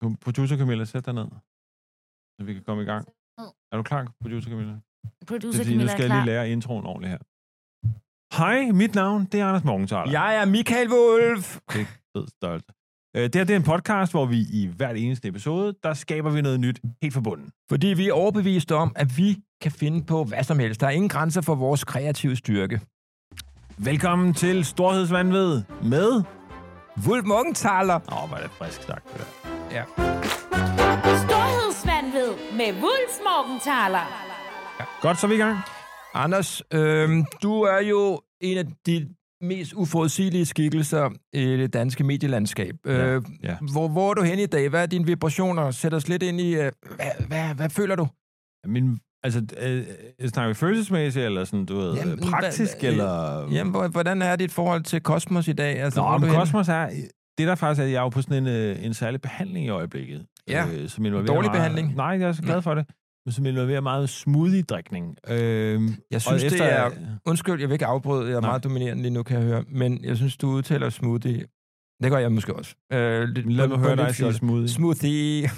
Kom- Producer Camilla, sæt dig ned, så vi kan komme i gang. Er du klar, producer Camilla? Det er Producer fordi, nu Camilla skal er jeg lige klar. lære introen ordentligt her. Hej, mit navn, det er Anders Morgenthaler. Jeg er Michael Wolf. Det er fed størrelse. Øh, Det her det er en podcast, hvor vi i hvert eneste episode, der skaber vi noget nyt helt fra bunden. Fordi vi er overbeviste om, at vi kan finde på hvad som helst. Der er ingen grænser for vores kreative styrke. Velkommen til Storhedsvandved med... Wolf Morgenthaler. Åh, oh, hvor er det frisk sagt, det der. Ja. Storhedsvandved med Wulf Morgenthaler. Godt, så er vi i gang. Anders, øh, du er jo en af de mest uforudsigelige skikkelser i det danske medielandskab. Ja, Øh, ja. Hvor, hvor er du henne i dag? Hvad er dine vibrationer? Sæt os lidt ind i, øh, hvad, hvad, hvad føler du? Min, altså, øh, snakker vi følelsesmæssigt, eller sådan, du ved, Jamen, jamen, praktisk, hvad- eller... Jamen, hvor- hvordan er dit forhold til kosmos i dag? Altså, Øhm. hvor Nå, er men du henne? Kosmos er... Det der faktisk er, at jeg er jo på sådan en, øh, en særlig behandling i øjeblikket. Ja. Øh, som involverer Dårlig meget, behandling. Mm. Nej, jeg er så glad for det. Men som involverer meget smoothie-drikning. Øh, Jeg synes, det er Undskyld, jeg vil ikke afbryde. Jeg Nej. er Nej. meget dominerende lige nu, kan jeg høre. Men jeg synes, du udtaler smoothie. Det gør jeg måske også. Øh, lidt, Lad på- mig på høre en dig lidt sige fjollet- smoothie. Smoothie.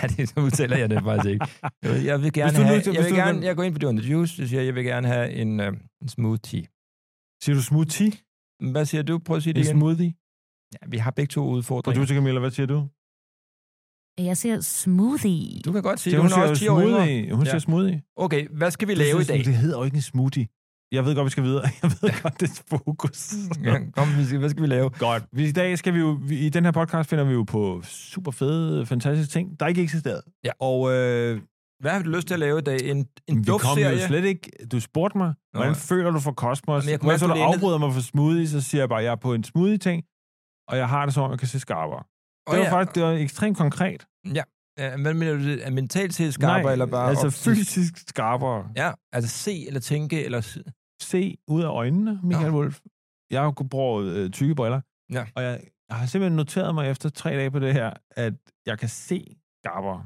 Ej, det så udtaler jeg det faktisk ikke. Jeg vil- Jeg vil gerne du nu- have... hvis Jeg, vil du- gerne, jeg går ind på Doing the Juice, så siger jeg, jeg vil gerne have en, øh, en smoothie. Siger du smoothie? Hvad siger du? Prøv at sige det En igen. smoothie? Ja, vi har begge to udfordringer. Producer Camilla, hvad siger du? Jeg ser smoothie. Du kan godt sige, Det, det, hun hun er siger også 10 år yngre. smoothie. Hun siger smoothie. Okay, hvad skal vi Du lave siger i dag? smoothie. Det hedder jo ikke en smoothie. Jeg ved godt, vi skal videre. Jeg ved godt, det er fokus. Ja, kom, vi skal- hvad skal vi lave? Godt. Vi- I dag skal vi jo, vi- i den her podcast finder vi jo på super fede, fantastiske ting, der ikke eksisterede. Ja. Og øh, Hvad har du lyst til at lave i dag? En, en vi kom duftserie? jo slet ikke, du spurgte mig, hvordan Nå. føler du for Cosmos? Jamen, jeg kunne Når mærke, så du du lænede- afbryder mig for smoothie, så siger jeg bare, at jeg er på en smoothie-ting, og jeg har det som om, jeg kan se skarpere. Åh, Det var ja. faktisk det var ekstremt konkret. Ja, men Øh, mener du, det er mentalt set skarpere, Nej, eller bare altså optisk? fysisk skarpere. Ja, altså se eller tænke, eller... s- se ud af øjnene, Michael Wolf. Jeg bruger øh, tykke briller, Ja. og jeg, jeg har simpelthen noteret mig efter tre dage på det her, at jeg kan se skarpere.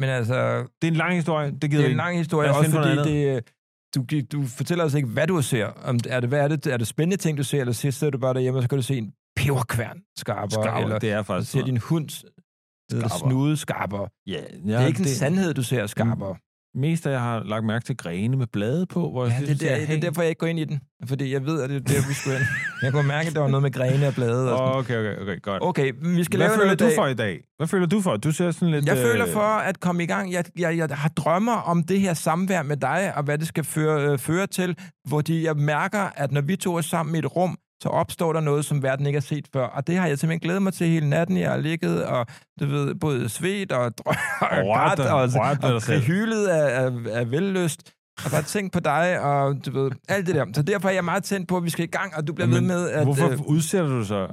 Men altså, Det er en lang historie, det gider det er vi en ikke. lang historie, Lad os også finde på fordi noget det, øh, du, gi- du fortæller os ikke, hvad du ser. Om, er, det, hvad er, det, er det spændende ting, du ser, eller sidst sidder du bare derhjemme, og så kan du se en peberkværn skarpere, Skarpere, eller det er du faktisk ser sådan. din hund Skarpere. snude skarpere. Ja, Mm, ja, det er ikke en sandhed, du ser skarpere. Mest af jeg har lagt mærke til grene med blade på, hvor jeg Ja, det, er synes, der, jeg, det er derfor, jeg ikke går ind i den. Fordi jeg ved, at det er der, vi skulle hen. Jeg kunne mærke, at der var noget med grene og blade. Og sådan. Okay, okay, okay, godt. Okay, vi skal Hvad lave føler noget i du dag. for i dag? Hvad føler du for? Du ser sådan lidt... Jeg føler for at komme i gang. Jeg, jeg, jeg har drømmer om det her samvær med dig, og hvad det skal føre, øh, føre til, hvor de, jeg mærker, at når vi to er sammen i et rum, så opstår der noget, som verden ikke har set før. Og det har jeg simpelthen glædet mig til hele natten. Jeg har ligget og, du ved, både svedt og drøm og Rørt grædt dig- og, rørt ved og, dig og selv. hyldet af, af, af vellyst. Og bare tænkt på dig, og du ved, alt det der. Så derfor er jeg meget tændt på, at vi skal i gang, og du bliver ved Men med at, at... Hvorfor øh, udsætter du så?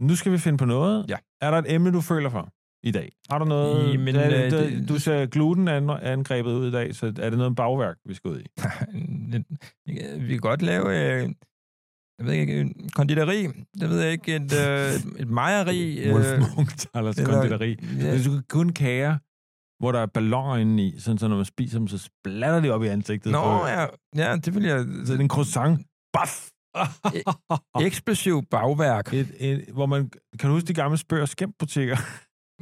Nu skal vi finde på noget. Ja. Er der et emne, du føler for i dag? Har du noget... Jamen, der, øh, der, det- du ser glutenangrebet ud i dag, så er det noget bagværk, vi skal ud i? Øh, Vi kan godt lave, øh, jeg ved ikke, en konditori, jeg ved ikke, et, øh, et- et mejeri. Øh, Wolf Munktalers eller- konditori. ja, Hvis du kan kun kager, hvor der er ballonger inde i, sådan så når man spiser dem, så splatter de op i ansigtet. Nå, på- ja, ja, det vil jeg... Så er det Altså, en croissant. Baf! Eksplosiv bagværk. Et, et, hvor man, kan du huske de gamle spørg og skæmbutikker,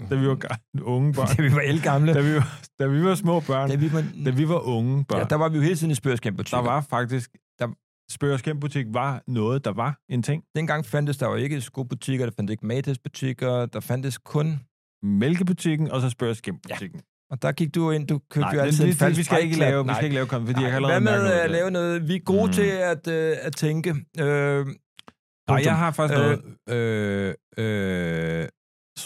da vi var ga- unge børn? Da vi var elgamle. da, vi var, da vi var små børn, Da vi var, da vi var unge børn, ja, der var vi jo hele tiden i spørgskæmpbutikker. der var faktisk... Der, spørg og skæmbutik var noget, der var en ting. Dengang fandtes der jo ikke skobutikker, der fandtes ikke matasbutikker, der fandtes kun... Mælkebutikken, og så spørg og skæmbutikken. Ja. Og der gik du ind, du købte Nej, jo men det, altid en er fordi, falsk vi skal ikke brækklap. lave, vi Nej. skal ikke lave kom, fordi jeg kan allerede Hvad med mærke at lave noget? Vi er gode Mm. til at, øh, at tænke. Øh, Nej, Punktum. jeg har faktisk Øh. noget, øh, øh,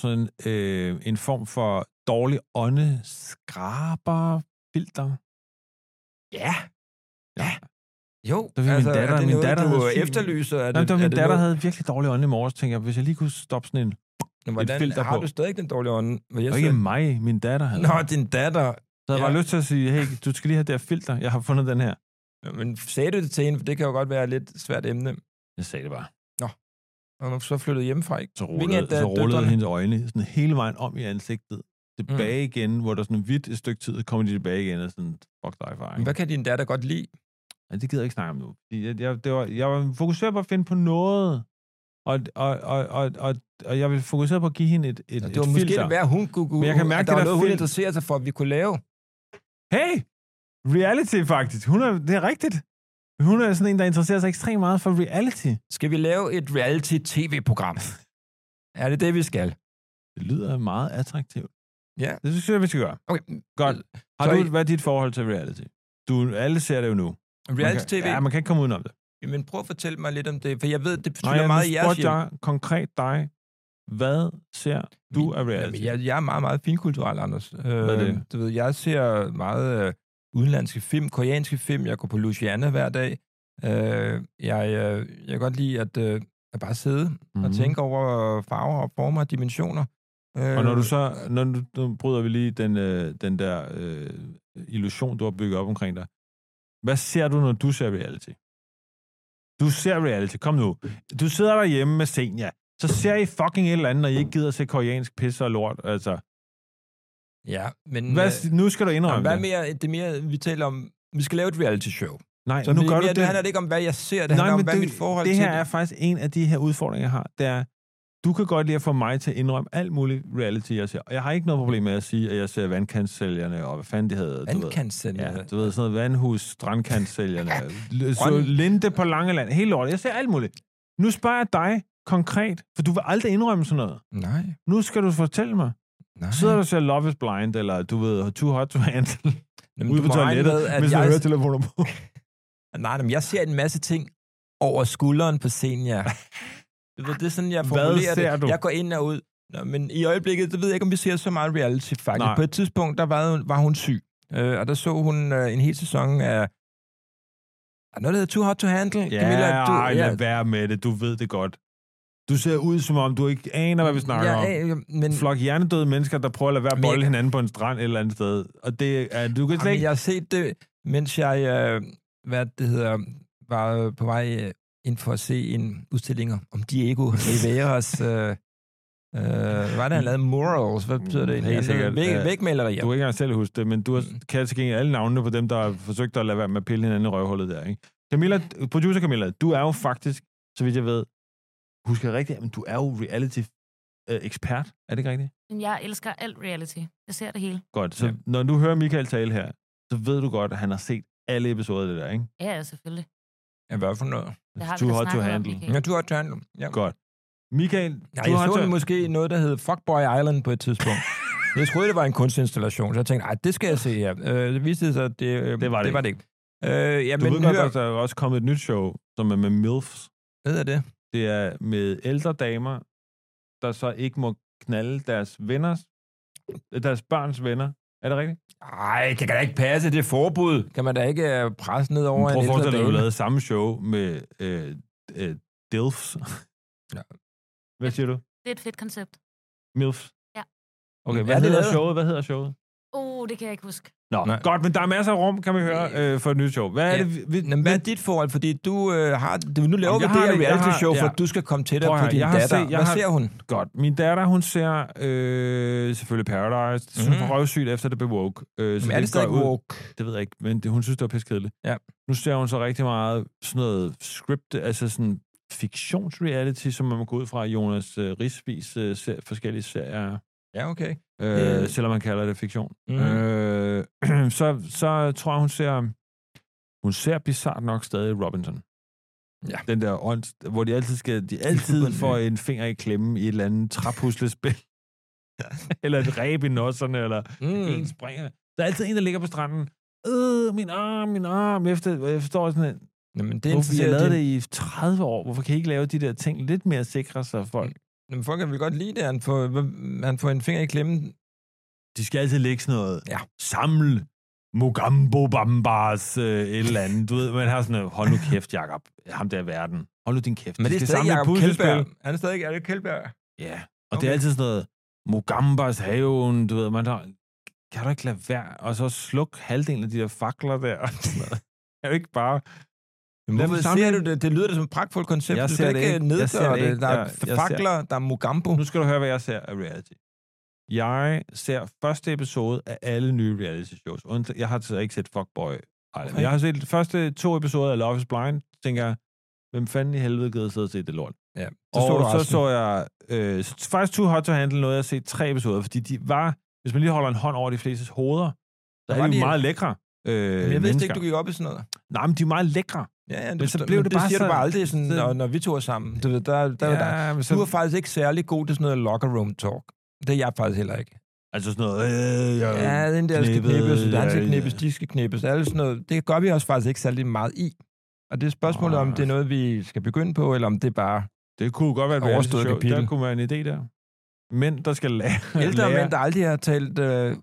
sådan øh, en form for dårlig ånde skraber filter. Ja. Ja. Ja. Jo. altså, Det var min datter. Er det Min noget, datter du havde syg- efterlyser? Er det, Jamen, det var er min datter, noget- havde virkelig dårlig ånde i morges, tænkte jeg, hvis jeg lige kunne stoppe sådan en... Hvordan, filter har på. du stadig den dårlige ånd? Hvad jeg Og ikke siger- mig, min datter havde. Nå, din datter. så havde jeg ja. bare lyst til at sige, hey, du skal lige have det her filter, jeg har fundet den her. Men sagde du det til hende? For det kan jo godt være et lidt svært emne. Jeg sagde det bare. Og hun så flyttede hjemmefra, ikke? Så Hvilken rullede, af så rullede døtrene? hendes øjne sådan hele vejen om i ansigtet, tilbage mm. igen, hvor der sådan vidt et stykke tid, så kommer de tilbage igen og sådan, fuck dig, far. ikke? Hvad kan din datter godt lide? Ja, det gider jeg ikke snakke om nu. Fordi Jeg, jeg, det var, jeg var fokuseret på at finde på noget Og, og, og, og, og, og jeg vil fokusere på at give hende et, et, Altså, Det et var måske filter. det værd, hun kunne, Men jeg kan mærke, at der det var der noget, hun film- interesserer sig for, at vi kunne lave. hey, reality faktisk. Hun er, det er rigtigt. Hun er sådan en, der interesserer sig ekstremt meget for reality. Skal vi lave et reality-tv-program? er det det, vi skal? Det lyder meget attraktivt. Ja. Det synes jeg, vi skal gøre. Okay. Godt. Har Så du, I- hvad er dit forhold til reality? Du, alle ser det jo nu. Reality-tv? Man kan, ja, man kan ikke komme udenom det. Men prøv at fortælle mig lidt om det, for jeg ved, det Nej, betyder meget i nu jeres spurgte jeg konkret dig. Hvad ser du af reality? Jamen, Altså, jeg, jeg er meget, meget finkulturel, Anders. Øh, er det? Du ved, jeg ser meget øh, udenlandske film, koreanske film. Jeg går på Luciana hver dag. Øh, jeg, øh, jeg kan godt lide at, øh, at bare sidde mm. Mhm. og tænke over farver og former og dimensioner. Øh, Og når du så, når du, nu bryder vi lige den, øh, den der øh, illusion, du har bygget op omkring dig. Hvad ser du, når du ser reality? Du ser reality, kom nu. Du sidder derhjemme med Senja. Så ser I fucking et eller andet, når I ikke gider at se koreansk pisse og lort. Altså, Mm. Ja, men... hvad, nu skal du øh, jamen, indrømme hvad det. mere, det er mere, vi taler om... Vi skal lave et reality show. Nej, Så nu det, gør du mere, det. det handler det ikke om, hvad jeg ser. Det handler om, hvad mit forhold det til her er faktisk en af de her udfordringer, jeg har. Det er, du kan godt lide at få mig til at indrømme alt muligt reality, jeg ser. Og jeg har ikke noget problem med at sige, at jeg ser vandkantsælgerne, og hvad fanden det hedder. du ved. Vandkantscellen. Ja, du ved, sådan noget vandhus, strandkantsælgerne, l- så Grøn- linde på Langeland, hele lortet. Jeg ser alt muligt. Nu spørger jeg dig konkret, for du vil aldrig indrømme sådan noget. Nej, Nu skal du fortælle mig. nej. Sidder du og ser Love is Blind, eller du ved, Too Hot to Handle, Jamen, ude du på må regne toilettet, med, at mens du jeg- hører telefoner på. Nej, men jeg ser en masse ting over skulderen på scenen, ja. Du ved, det er sådan, jeg Hvad formulerer ser det. du? Jeg går ind og ud. Nå, men i øjeblikket, det ved jeg ikke, om vi ser så meget reality, faktisk. Nej. På et tidspunkt, der var, var hun syg. Øh, og der så hun øh, en hel sæson af... Er noget, der hedder Too Hot to Handle? Ja, Camilla, du, ej, lad være med det. Du ved det godt. Du ser ud, som om du ikke aner, hvad vi snakker om. ja, ja, men, En flok hjernedøde mennesker, der prøver at lade være at Men- bolde hinanden på en strand et eller andet sted. Og det er, du kan slet Jamen, ikke... jeg har set det, mens jeg øh, hvad det hedder, var øh, på vej øh, ind for at se en udstilling om- om Diego Riveras... øh, øh, hvad der han lavede? Murals. Hvad betyder det Helt egentlig? Altså, sikkert, væg, øh, vægmalerier. Du kan ikke engang selv huske det, men du har kan til gengæld alle navnene på dem, der har forsøgt at lade være med at pille hinanden i røvhullet der, ikke? Camilla, producer Camilla, du er jo faktisk, så vidt jeg ved, husker jeg rigtigt, men du er jo reality-ekspert, er det ikke rigtigt? Jeg elsker alt reality. Jeg ser det hele. Godt, så Ja. ja. når du hører Michael tale her, så ved du godt, at han har set alle episoder af det der, ikke? Ja, ja, selvfølgelig. Ja, hvad for noget? Det har vi Too da hot to snakket om, handle. Michael. Ja, du har tørnet. Ja. Godt. Michael, Ja, du jeg har så tør- måske noget, der hed Fuckboy Island på et tidspunkt. jeg troede, det var en kunstinstallation, så jeg tænkte, nej, det skal jeg se her. Øh, det viste sig, at det, øh, Det var det det, var det ikke. Øh, ja, du men ved godt, hør, at der er også kommet et nyt show, som er med MILFs. hvad er det? Det er med ældre damer, der så ikke må knalde deres venners, deres børns venner. Er det rigtigt? Nej, det kan da ikke passe, det er forbud. Kan man da ikke øh, presse ned Men Prøv over en at ældre forestille dig, at du dame? lavede samme show med øh, øh, DILFs. Ja. Hvad siger du? Det er et fedt koncept. MILFs? Ja. Okay, Er hvad det hedder lavet? showet? Hvad hedder showet? Oh, det kan jeg ikke huske. Nå, Nej. Nej. godt, men der er masser af rum, kan vi høre, øh, for et nyt show. Hvad er Ja. det, vi, vi, Jamen, hvad er dit forhold? Fordi du øh, har... Du, nu laver Jamen, jeg vi det har her det- jeg reality har- show, for ja. at du skal komme tættere Prøv at på høre, din jeg har datter. set- jeg Hvad har- ser hun? Godt. Min datter, hun ser øh, selvfølgelig Paradise. Det synes, Mhm. mm. røvsygt efter det blev woke. Øh, Jamen, er det går stadig ud. woke? Det ved jeg ikke, men det, hun synes, det var pissekedeligt. Ja. Nu ser hun så rigtig meget sådan noget script, altså sådan fiktionsreality, som man må gå ud fra Jonas øh, Risvis øh, ser, forskellige serier, Ja, okay. øh, Øh. øh. selvom man kalder det fiktion. Mm. Mm. Øh, Øh, så, så tror jeg, hun ser, hun ser bizart nok stadig Robinson. Ja. Den der ånd, hvor de altid, skal, de altid får en finger i klemme i et eller andet trappuslespil. eller et ræb i nosserne, eller mm. en mm. springer. Der er altid en, der ligger på stranden. Øh, min arm, min arm. Efter, jeg forstår sådan, at, Jamen, det hvorfor I har interesserer lavet det. det i 30 år. Hvorfor kan I ikke lave de der ting lidt mere sikre, så folk... Jamen, folk vil godt lide det, han får, han får en finger i klemmen. Mm. De skal altid lægge sådan noget. Ja. Samle Mugambo Bambars øh, et eller andet. Du ved, man har sådan noget, hold nu kæft, Jacob. Ham der i verden. Hold nu din kæft. Men De det skal er stadig samle et Jacob puslespil. Kjeldberg. Han er stadig Jacob Kjeldberg. Ja, og okay. det Okay. er altid sådan noget, Mugambas haven, du ved, man har, kan du ikke lade være, og så sluk halvdelen af de der fakler der, og sådan noget. Kan du ikke bare... Jamen, Lad mig hvorfor ser du sammenligne- det? Det lyder da som et pragtfuldt koncept. Jeg du ser skal det ikke ikke. Jeg ser nedgøre det det. ikke. Der er Jeg- jeg ser- fakler, der er mugambo. Nu skal du høre, hvad jeg ser af reality. Jeg ser første episode af alle nye reality shows. Und- Jeg har så ikke set Fuckboy Island. Okay. Okay. Jeg har set de første to episoder af Love is Blind, tænker jeg, hvem fanden i helvede gider sidde og se det lort? Ja, Så og så, resten. så jeg øh, s- faktisk Too Hot to Handle, noget jeg har set tre episoder, fordi de var, hvis man lige holder en hånd over de flestes hoveder, så var er de de- jo meget lækre. Øh, Men jeg jeg vidste ikke, du gik op i sådan noget. Nej, men de er meget lækre. Ja, ja, du, Men så forstår- blev det det bare siger du sådan- bare aldrig, sådan, sådan- når, når vi to er sammen. Du, ved, der, der, ja, der. men så, du er faktisk ikke særlig god til sådan noget locker room talk. Det er jeg faktisk heller ikke. altså sådan noget... Øh, jeg, Ja, den der skal knippet, knippes, og den skal ja, knippes, ja. de skal knippes, alt sådan noget. Det gør vi også faktisk ikke særlig meget i. Og det er spørgsmålet, om det er noget, vi skal begynde på, eller om det er bare Det kunne godt være et Overstået reality-show. kapitel. Der kunne være en idé der. Mænd, der skal lære. ældre lære. mænd, der aldrig har talt, øh,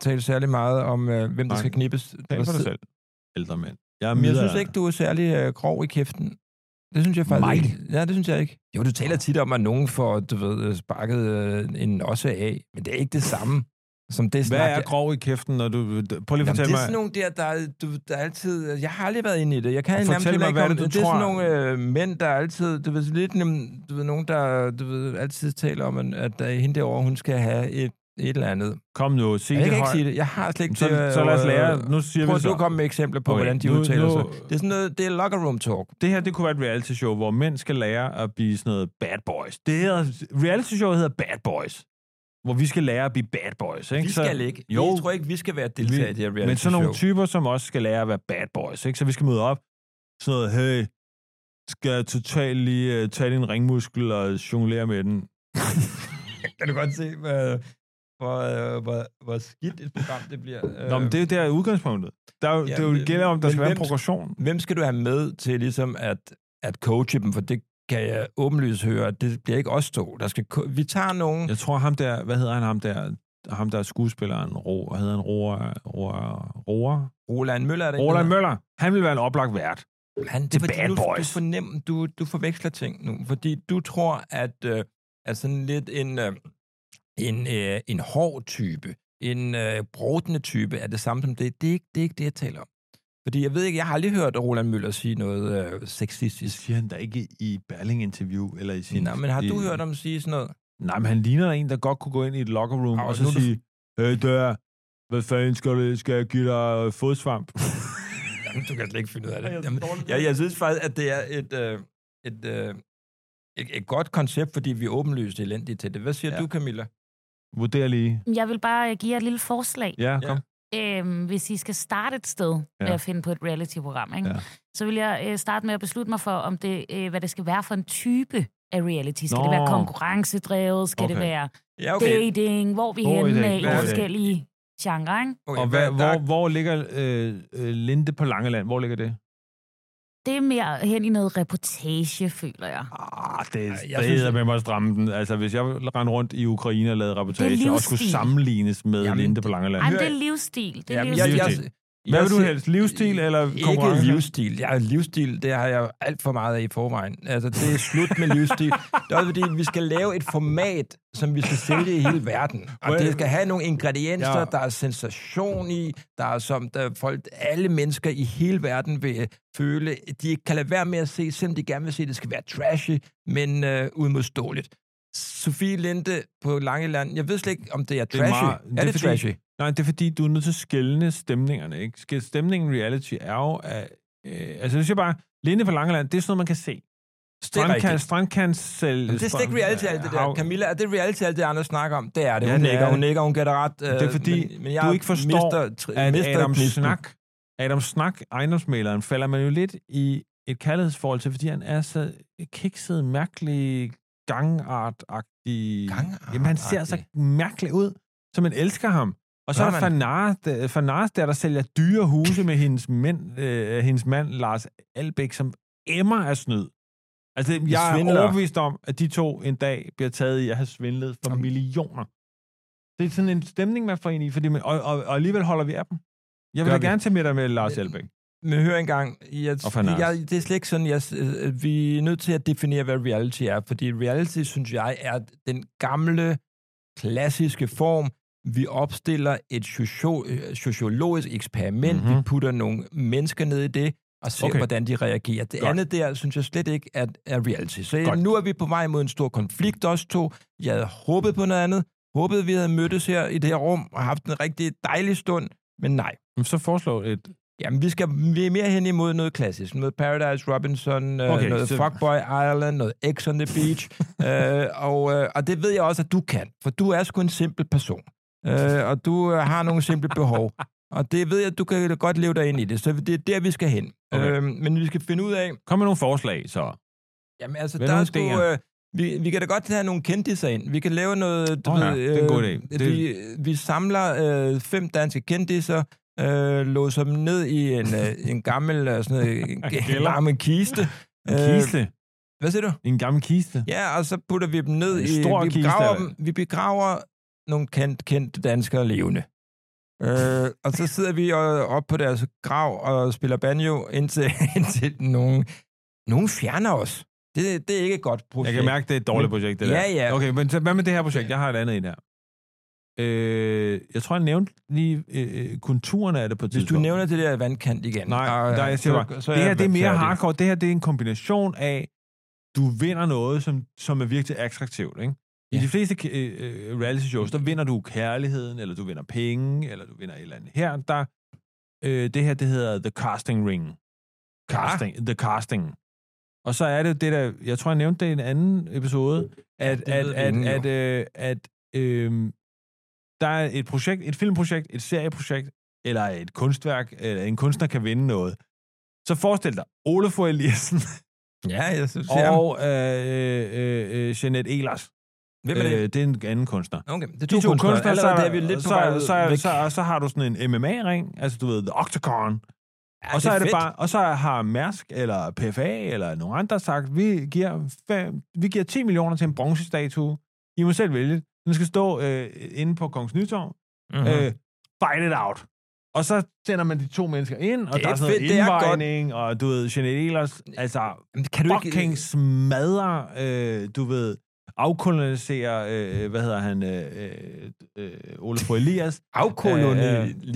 talt særlig meget om, øh, hvem der Nej. skal knippes. Tal for dig selv. Ældre mænd. Jeg er Men jeg synes midaldrende. ikke, du er særlig øh, grov i kæften. Det synes jeg faktisk Mig? ikke. Ja, det synes jeg ikke. Jo, du taler tit om, at nogen får, du ved, øh, sparket øh, en osse af, men det er ikke det samme som det snak. Hvad er grov i kæften, når du... Prøv lige at Jamen, det fortælle er mig... sådan nogle der, der, er- du, der er altid... Jeg har aldrig været inde i det. Jeg kan Og nærmest fortæl heller mig, ikke hvad er komme- det, du Det er sådan tror? nogle øh, mænd, der er altid... Du ved, lidt, nem- du ved, nogen, der du ved, altid taler om, at, at der, hende derovre, hun skal have et, et eller andet. Kom nu, sig Jeg det kan ikke højt. sige det. Jeg har slet ikke... Så, det, øh, så lad os lære. Nu siger Prøv vi at så. du komme med eksempler på, Okay, hvordan de nu- udtaler nu- sig. Det er sådan noget... Det er locker room talk. det her, det kunne være et reality show, hvor mænd skal lære at blive sådan noget bad boys. Det hedder, reality show hedder Bad Boys, hvor vi skal lære at blive bad boys. Ikke? Vi skal ikke. Jo, Jeg tror ikke, vi skal være deltagere i det her reality men sådan nogle show. typer, som også skal lære at være bad boys. Ikke? Så vi skal møde op, sådan noget, hey, skal jeg totalt lige uh, tage din ringmuskel og jonglere med den? Kan du godt se, hvor, hvor, øh, hvor, hvor skidt et program det bliver? Øh. Nå, men det er jo der udgangspunktet. Øh, Der, er jo, det er jo men- gælder om, der men skal være en hvem- progression. hvem skal du have med til ligesom at, at coache dem? For det kan jeg åbenlyst høre, at det bliver ikke os to. Der skal, ko- vi tager nogen... Jeg tror ham der, hvad hedder han ham der, ham der er skuespilleren, Ro, hvad hedder han, Roer, Roer, Roer? Roland Møller er det Roland Møller. Møller, han vil være en oplagt vært. Han, det The er fordi, Bad du, du, Boys. fornem, du, du forveksler ting nu, fordi du tror, at, øh, at sådan lidt en, øh, en, øh, en hård type, en øh, brodende type er det samme som det. Det er, ikke, det er ikke det, jeg taler om. Fordi jeg ved ikke, jeg har aldrig hørt Roland Møller sige noget øh, Det sexistisk. siger han da ikke i Berling-interview, eller i sin... Nej, men har i, du hørt om sige sådan noget? Nej, men han ligner en, der godt kunne gå ind i et locker room, Au, og så nu er du- sige, hey der, hvad fanden skal, du, skal jeg give dig øh, fodsvamp? Jamen, du kan slet ikke finde ud af Ej, jeg det. er Jamen, dårlig til jeg, det. jeg synes faktisk, at det er et, øh, et, øh, et, et godt koncept, fordi vi er åbenlyst elendige til det. Hvad siger Ja. ja. du, Camilla? Vurder lige. Jeg vil bare øh, give jer et lille forslag. Ja, kom. Ja. Øhm, hvis I skal starte et sted Ja. ja. med at finde på et reality-program, ikke? Ja. Ja. så vil jeg øh, starte med at beslutte mig for, om det, øh, hvad det skal være for en type af reality. Skal Nå. det Nå. være konkurrencedrevet? Skal okay. Okay. det være Ja, dating? Hvor er vi God idé, henne af i god idé. forskellige genrer? Ikke? Og hvad, hvor, hvor ligger øh, øh, Linde på Langeland? Hvor ligger det? Det er mere hen i noget reportage, føler jeg. Ah, det, jeg jeg det synes- synes, med mig at stramme den. Altså, hvis jeg rendte rundt i Ukraine og lavede reportage, og skulle livsstil. sammenlignes med Jamen, Linde på Langeland. Ej, men det er livsstil. Det er Jamen, Jamen, jeg, livsstil. jeg, Øh, Livsstil. Hvad vil du helst? Livsstil eller konkurrence? ikke livsstil. Jeg er livsstil, det har jeg alt for meget af i forvejen. Altså, det er slut med livsstil. Det er også fordi, vi skal lave et format, som vi skal sælge i hele verden. Og det skal have nogle ingredienser, Ja. ja. der er sensation i, der er som der folk, alle mennesker i hele verden vil øh, føle. De kan lade være med at se, selvom de gerne vil se, det skal være trashy, men øh, udmodståeligt. Sofie Linde på Langeland, jeg ved slet ikke, om det er Det er trashy. Det er, meget- meget, er det, det fordi- trashy? Nej, det er fordi, du er nødt til at skælne stemningerne, ikke? Sk- Stemningen i reality er jo... At, øh, altså, hvis jeg bare... Linde på Langeland, det er sådan noget, man kan se. Strandkan, rigtigt. strandkan selv... Men det er slet ikke reality alt det der. Camilla, er det reality alt det, Anders snakker om? Det er det. Ja, Hun det er nikker, det. hun nikker, hun gætter ret. øh, Det er fordi, du ikke forstår, altså, at Adam Snak, Adam Snak, ejendomsmaleren, falder man jo lidt i et kærlighedsforhold til, fordi han er så kikset, mærkelig, gangart-agtig. Gangart-agtig. Jamen, han ser så mærkelig ud, så man elsker ham. Og så Gør er der man? Farnars, der- Farnars der, der sælger dyre huse med hendes, mænd, øh, hendes mand, Lars Albæk, som emmer af snyd. Altså, jeg er svindlere. overbevist om, at de to en dag bliver taget i at have svindlet for Jamen. millioner. Det er sådan en stemning, man får ind i, fordi man, og, og, og alligevel holder vi af dem. Jeg vil Gør da vi. gerne til middag med Lars Elbæk. Men hør engang, jeg, Og Fernandes. jeg, det er slet ikke sådan, jeg, øh, vi er nødt til at definere, hvad reality er, fordi reality, synes jeg, er den gamle, klassiske form, vi opstiller et socio- øh, sociologisk eksperiment, mm-hmm. Mhm. vi putter nogle mennesker ned i det, og ser, Okay. okay. hvordan de reagerer. Det Godt. Godt. andet der, synes jeg slet ikke, at er reality. Så Godt. Godt. nu er vi på vej mod en stor konflikt, os to. Jeg havde håbet på noget andet. Håbet, vi havde mødtes her i det her rum, og haft en rigtig dejlig stund, men nej. Men Så foreslå et Jamen, vi skal vi er mere hen imod noget klassisk. Noget Paradise Robinson, okay, Okay, noget så- Fuckboy Island, noget X on the Beach. øh, og, øh, og det ved jeg også, at du kan, for du er sgu en simpel person. Øh, og du øh, har nogle simple behov. Og det ved jeg, at du kan godt leve dig ind i det. Så det er der, vi skal hen. Okay. Okay. Øh, men vi skal finde ud af... Kom med nogle forslag, så. Jamen, altså, Hvad der er nogle sgu... idéer? Øh, vi, vi kan da godt have nogle kendtiser ind. Vi kan lave noget... øh, Åh, ja, det er en god idé. Det- Vi, vi samler øh, fem danske kendtiser, øh, låser dem ned i en, øh, en gammel øh, sådan noget, en, en kælder. gammel kiste. En Øh, kiste. Hvad siger du? En gammel kiste. Ja, og så putter vi dem ned En i... stor vi, kiste, begraver eller dem, vi begraver nogle kendt, kendte danskere levende. øh, og så sidder vi øh, op på deres grav og spiller banjo, indtil, indtil nogen, nogen fjerner os. Det, det er ikke et godt projekt. Jeg kan mærke, det er et dårligt projekt, det Ja, der. ja. Okay, men så hvad med det her projekt? Jeg har et andet en her. Øh, jeg tror, jeg nævnte lige øh, øh, konturerne af det på et Hvis du tidspunkt. nævner det der vandkant igen... Nej, og- der, jeg siger bare, det her det er mere hardcore. Det her det er en kombination af, du vinder noget, som, som er virkelig attraktivt. Ikke? I Ja. Mm. de fleste øh, øh, reality shows, der vinder du kærligheden, eller du vinder penge, eller du vinder et eller andet. Her, der, øh, det her, det hedder The Casting Ring. Casting, The Casting. Og så er det jo det der, jeg tror, jeg nævnte det i en anden episode, at, det at, ved vi at, inden jo. at, øh, at øh, der er et projekt, et filmprojekt, et serieprojekt, eller et kunstværk, eller en kunstner kan vinde noget. Så forestil dig Ole Fogh Eliassen Ja, jeg synes, og, og øh, øh, øh, Jeanette Ehlers. hvem er Øh, det? det er en anden kunstner. Okay, det er De to kunstnere, Allerede så, der er vi lidt så, på vej så, så, væk. så, så har du sådan en MMA-ring, altså du ved, The Octagon. Ja, og, så er det fedt. bare, og så har Mærsk eller PFA eller nogen andre sagt, vi giver, fem, vi giver 10 millioner til en bronzestatue. I må selv vælge. Den skal stå øh, inde på Kongens Nytorv. Mhm. Mm-hmm. Øh, fight it out. Og så sender man de to mennesker ind, og Det er der er sådan fedt, noget det er godt. indvejning, og du ved, Jeanette Ehlers, altså Jamen, kan du ikke... fucking smadrer, øh, du ved, afkoloniserer, øh, hvad hedder han, øh, øh, øh, Ole Fogh Elias. Afkoloni...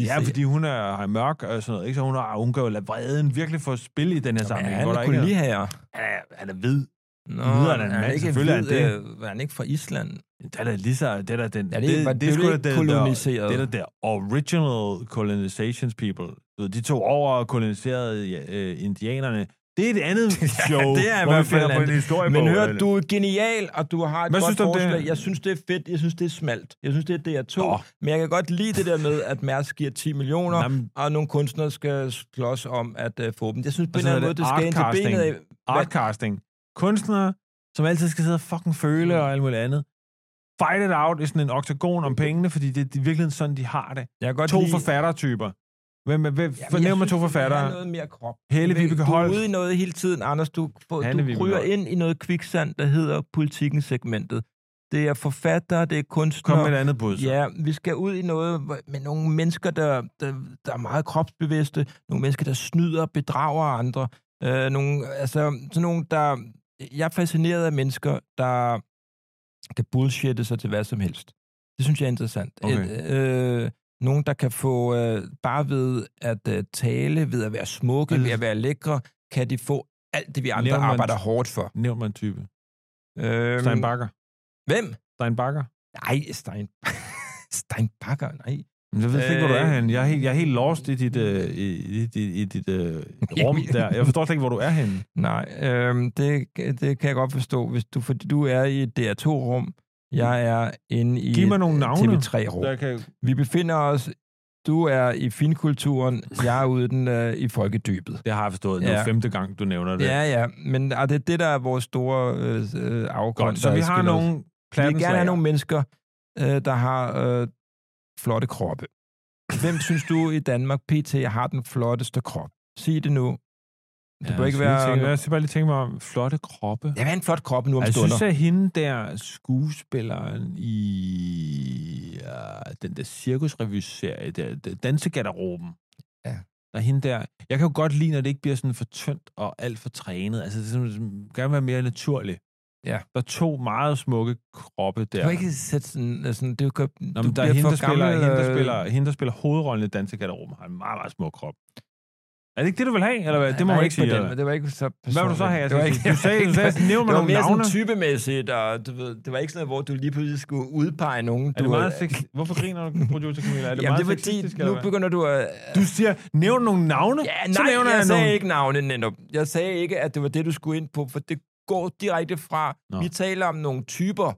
ja, fordi hun er, er mørk og sådan noget, ikke? så hun, har, hun kan jo lade vreden virkelig få spil i den her sammenhæng. han hvor der er ikke er- koloniherrer. han, er, han er hvid. Nå, Hvid er da en han mand, ikke selvfølgelig er hvid, han øh, var han ikke fra Island? Det er da lige så, det er da den, Ja, det- var- blev sgu det da ikke den koloniseret? Der, det er da der original colonizations people. Du ved, De tog over og koloniserede ja, øh, indianerne. Det er et andet show, det er i hvor vi hvert fald finder på en andet. historie Men hør, du er genial, og du har et Hvad godt synes du om det? forslag. Jeg synes, det er fedt. Jeg synes, det er smalt. Jeg synes, det er DR2. Nå. Men jeg kan godt lide det der med, at Mærsk giver 10 millioner, Jamen. og nogle kunstnere skal slås om at uh, få dem. Jeg synes, på Og en så hedder eller anden måde, det det skal ind til artcasting. benet af. Artcasting. Kunstnere, som altid skal sidde og fucking føle Mm. og alt muligt andet. Fight it out i sådan en oktagon om pengene, fordi det er i virkeligheden sådan, de har det. Jeg kan godt To lide... forfattertyper. Hvem, hvem, Jamen, ja, jeg nævn mig to synes, vi vil have forfattere. Noget mere krop. Helle Du ved, Vibeke Du er Holt. ude i noget hele tiden, Anders. Du, får, Hanne du Vibeke kryger Holt. ind i noget kviksand, der hedder politikken-segmentet. Det er forfattere, det er kunstnere. Kom med et andet bud. så. Ja, vi skal ud i noget hvor- med nogle mennesker, der, der, der er meget kropsbevidste, nogle mennesker, der snyder og bedrager andre, øh, nogle, altså sådan nogle, der... Jeg er fascineret af mennesker, der kan bullshitte sig til hvad som helst. Det synes jeg er interessant. Okay. øh, nogen, der kan få øh, bare ved at øh, tale, ved at være smukke, Altså- ved at være lækre, kan de få alt det, vi andre Nævn mig en- arbejder hårdt for. Nævn mig en type. Øh, Stein Bakker. Hvem? Stein Bakker. Nej, Stein... Stein Bakker, nej. Men Jeg ved slet ikke, hvor du er Øh, henne. Jeg er helt, jeg er helt lost i dit, øh, i, i, i, i dit øh, rum der. Jeg forstår slet ikke, hvor du er henne. Nej, øhm, det, det kan jeg godt forstå, hvis du, fordi du er i et DR2-rum. Jeg er inde i Giv mig et nogle navne. TV3-rum. Jeg kan... Vi befinder os... Du er i finkulturen, jeg er ude i den, øh, i folkedybet. Det har jeg forstået. Det er Ja. jo femte gang, du nævner det. Ja, ja, men er det er det, der er vores store øh, øh, afgrund. Godt, så der vi har skiller os. nogle Vi vil gerne plattenslager. have nogle mennesker, øh, der har øh, flotte kroppe. Hvem synes du i Danmark, PT, har den flotteste krop? Sig det nu. Det ja, bør ikke være... Tænke, jeg skal bare lige tænke mig om flotte kroppe. Jeg vil have en flot krop nu om Altså, jeg stunder. synes, at hende der skuespilleren i ja, den der cirkusrevy-serie, der, der Dansegarderoben, Ja. der er hende der. Jeg kan jo godt lide, når det ikke bliver sådan for tyndt og alt for trænet. Altså, det er sådan, det gerne være mere naturligt. Ja. Der er to meget smukke kroppe der. Du kan ikke sætte sådan... øh, sådan det kan, Nå, du men der er bliver hende, for der spiller, gammel, hende, der øh, spiller, hende, der spiller hovedrollen i Dansegarderoben, har en meget, meget smuk krop. Er det ikke det, du vil have? Eller hvad? Det må Nej, man ikke sige. på den eller måde. Det var ikke så personligt. Hvad vil du så have? Det Altså, var ikke, du sagde, du sagde, nævn mig det var nogle mere navne. sådan typemæssigt, og du ved, det var ikke sådan noget, hvor du lige pludselig skulle udpege nogen. Er det du, meget sex- Hvorfor griner du, producer Camilla? Er øh, det Jamen, meget det er fordi, sexistisk, eller nu hvad? begynder du at... Du siger, nævn nogle navne, Ja, så nej, nævner jeg, jeg, sagde nogle. ikke navnet netop. Jeg sagde ikke, at det var det, du skulle ind på, for det går direkte fra, Nå. Nå. vi taler om nogle typer,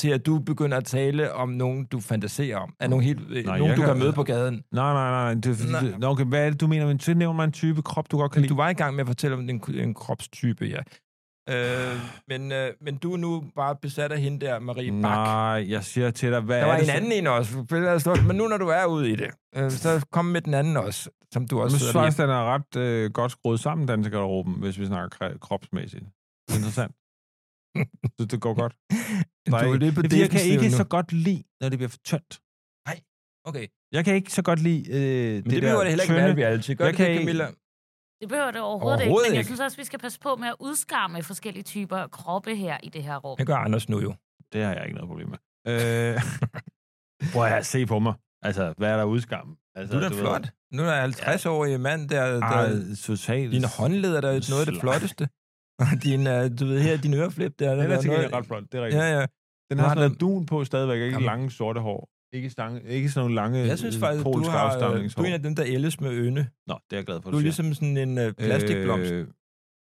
til at du begynder at tale om nogen, du fantaserer om. Er nogen, helt, Nej, Nej, nogen jeg du kan- kan møde på gaden. Nej, nej, nej. Det er, fordi, Nej. Nå, okay, hvad er det, du mener? Men så nævner man en type krop, du godt kan lide. Du var i gang med at fortælle om din, en kropstype, ja. Øh, men, øh, men du er nu bare besat af hende der, Marie Bak. Nej, jeg siger til dig, hvad Der var er det? en anden en også, for ellers så- men nu når du er ude i det, øh, så kom med den anden også, som du Men også jeg sidder lige. synes, den er ret øh, godt skruet sammen, danskergarderoben, hvis vi snakker kre- kropsmæssigt. Interessant. Så det går godt. Der er Du er ikke- lidt på Det er fordi, jeg kan defensiven ikke nu. så godt lide, når det bliver for tyndt. Okay, Jeg kan ikke så godt lide øh, det, men det, det der behøver det heller ikke tynde. være reality. Gør Jeg jeg kan det, det, ikke- Camilla? Det behøver det overhovedet, overhovedet Overhovedet ikke, men jeg ikke. synes også, vi skal passe på med at udskamme forskellige typer kroppe her i det her rum. Det gør Anders nu jo. Det har jeg ikke noget problem med. Øh, prøv at se på mig. Altså, hvad er der udskam? Altså, Du er da ved- flot. Nu er der 50-årig mand, der, Ah, der totalt. dine håndleder, der er noget af Slap. det flotteste. Og din, øh, du ved her, din øreflip, der, der, Den er til gengæld noget- ret flot, det er rigtigt. Ja, ja. Den har Nej, sådan noget dun på stadigvæk, ikke Jamen. lange sorte hår. Ikke, stang, ikke sådan nogle lange Jeg synes øh, faktisk, du, polske har, øh, du afstamningshår. er en af dem, der ældes med øne. Nå, det er jeg glad for, Du er ligesom sådan en øh, siger. plastikblomst. Øh,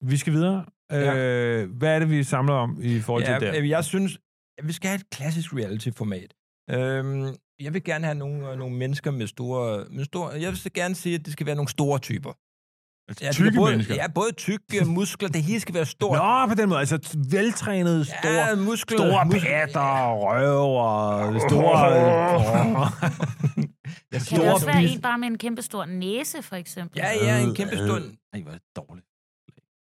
vi skal videre. Øh, hvad er det, vi samler om i forhold til ja, der? øh, Jeg synes, at vi skal have et klassisk reality-format. Øhm, jeg vil gerne have nogle, øh, nogle mennesker med store, med store... Jeg vil så gerne sige, at det skal være nogle store typer. Altså, Ja, det tykke skal både, mennesker. Ja, både tykke muskler. Det hele skal være stort. Nå, på den måde. Altså t- veltrænede, store, ja, muskler. store muskler. patter, røv og store... Ja, Kan det store også være bis- en bare med en kæmpe stor næse, for eksempel? Ja, ja, Øh, en kæmpe stor... Nej, hvor er det dårligt.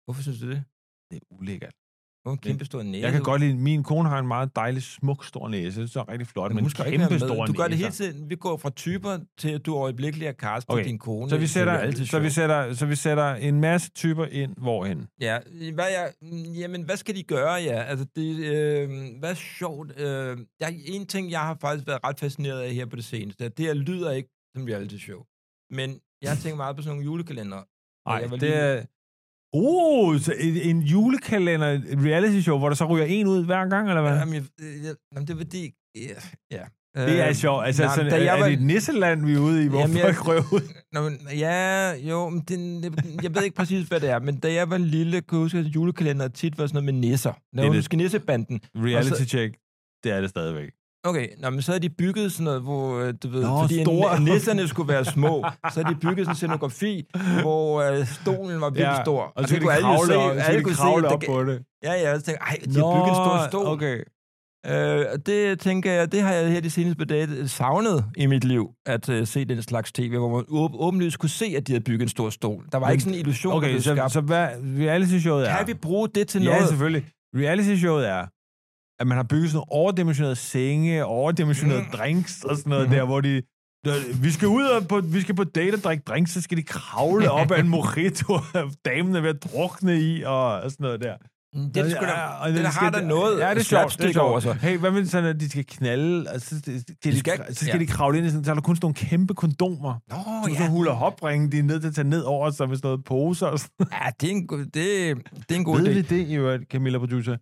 Hvorfor synes du det? Det er ulækkert. Hvor en kæmpe stor næse. Jeg kan godt lide, min kone har en meget dejlig, smuk, stor næse. Så er rigtig flot, men, hun skal ikke kæmpe være med. stor Du gør det næser. hele tiden. Vi går fra typer til, at du øjeblikkeligt er cast på Okay, din kone. Så vi, til sætter, reality så, vi show. sætter, så vi sætter en masse typer ind, hvorhen? Ja, hvad jeg, mm, jamen, hvad skal de gøre, ja? Altså, det, øh, hvad er sjovt. Øh, der er en ting, jeg har faktisk været ret fascineret af her på det seneste, at det her lyder ikke som reality show. Men jeg har tænkt meget på sådan nogle julekalender. Nej, jeg var det lige- er... Uh, så en, en julekalender, et reality show, hvor der så ryger en ud hver gang, eller hvad? Jamen, jeg, øh, jeg, jamen, det er fordi... Ja. ja. det er Øh, sjovt. Altså, nej, sådan, da er, jeg er var- det et nisseland, vi er ude i, hvor Jamen, jeg- folk ryger ud? Nå, men, ja, jo, men det, det, jeg ved ikke præcis, hvad det er, men da jeg var lille, kunne jeg huske, at julekalenderen tit var sådan noget med nisser. Når er jeg det. husker nissebanden. Reality check, det er det stadigvæk. Okay, nå, men så havde de bygget sådan noget, hvor, øh, du ved, Nå, Nå, fordi store. store. nisserne skulle være små, så havde de bygget sådan en scenografi, hvor øh, stolen var vildt stor. og så det kan de kunne alle jo kravle, se. op, så Alle kan de kunne se, kravle at op det- på det. Ja, ja, så tænkte jeg, ej, de har bygget en stor stol. okay. Øh, og det tænker jeg, det har jeg her de seneste par dage savnet i mit liv, at øh, se den slags tv, hvor man åb- åbenlyst kunne se, at de havde bygget en stor stol. Der var Men- ikke sådan en illusion, der Okay, blev så, skabt. så hvad reality-showet er... Kan vi bruge det til Ja, noget? selvfølgelig. Reality-showet er, at man har bygget sådan nogle overdimensionerede senge, overdimensionerede Mm. drinks og sådan noget der, hvor de... der- Vi skal ud og på, vi skal på date og drikke drinks, så skal de kravle op af en mojito, damen er ved at drukne i og sådan noget der. Mm, Det, skulle Ja, da, og det, det har skal- da noget Ja, det er sjovt. Det er slapstick sjovt. over sig. Hey, hvad med sådan, at de skal knalde, og så, de, de skal, skal- så skal de ja. kravle ind i sådan, så er der kun sådan nogle kæmpe kondomer. Nå, Oh, ja. ja. Så huler hopringen, de er nødt til at tage ned over sig med sådan noget poser og sådan ja det, er en, go- det, det er en god God Ved idé. vi det, i øvrigt, Camilla producer?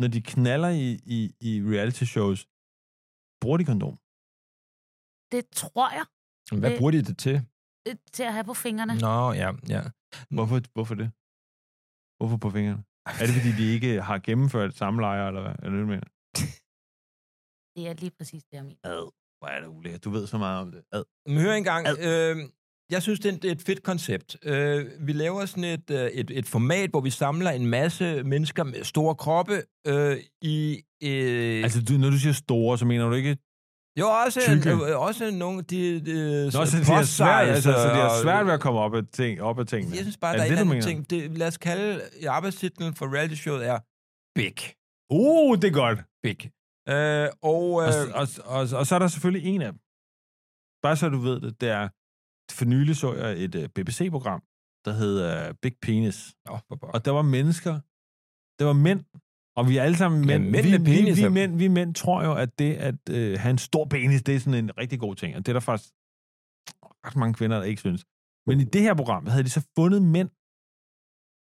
Når de knaller i, i, i reality shows, bruger de kondom? Det tror jeg Hvad bruger de det til? øh, til at have på fingrene. Nå, ja. ja. Hvorfor, hvorfor det? Hvorfor på fingrene? Er det, fordi de ikke har gennemført samlejer, eller hvad? Er det, det, du mener? Det er lige præcis det, jeg mener. Ad. Hvor er det ulækkert. Du ved så meget om det. Ad. Men hør engang, Ad. øh, jeg synes, det er et- et fedt koncept. Øh, vi laver sådan et, øh, et, et format, hvor vi samler en masse mennesker med store kroppe øh, i... Øh, altså, Altså, du, når du siger store, så mener du ikke... jo, også, tykke. øh, også nogle... De, øh, de, Nå, så det er svært, altså, så det er svært ved at komme op af, ting, op af tingene. Jeg synes bare, Er der er det en det, du anden mener? ting. Det, lad os kalde arbejdstitlen for reality-showet er Big. Uh, det er godt. Big. Øh, og, Og, øh, Altså, og, og, og så er der selvfølgelig en af dem. Bare så du ved det, det er... For nylig så jeg et uh, BBC-program, der hed uh, Big Penis. Nå, for pokker. Og der var mennesker, der var mænd, og vi er alle sammen mænd. mænd vi, med altså. vi, vi, peniser. mænd, vi mænd tror jo, at det at øh, have en stor penis, det er sådan en rigtig god ting. Og det er der faktisk ret mange kvinder, der ikke synes. Men i det her program havde de så fundet mænd,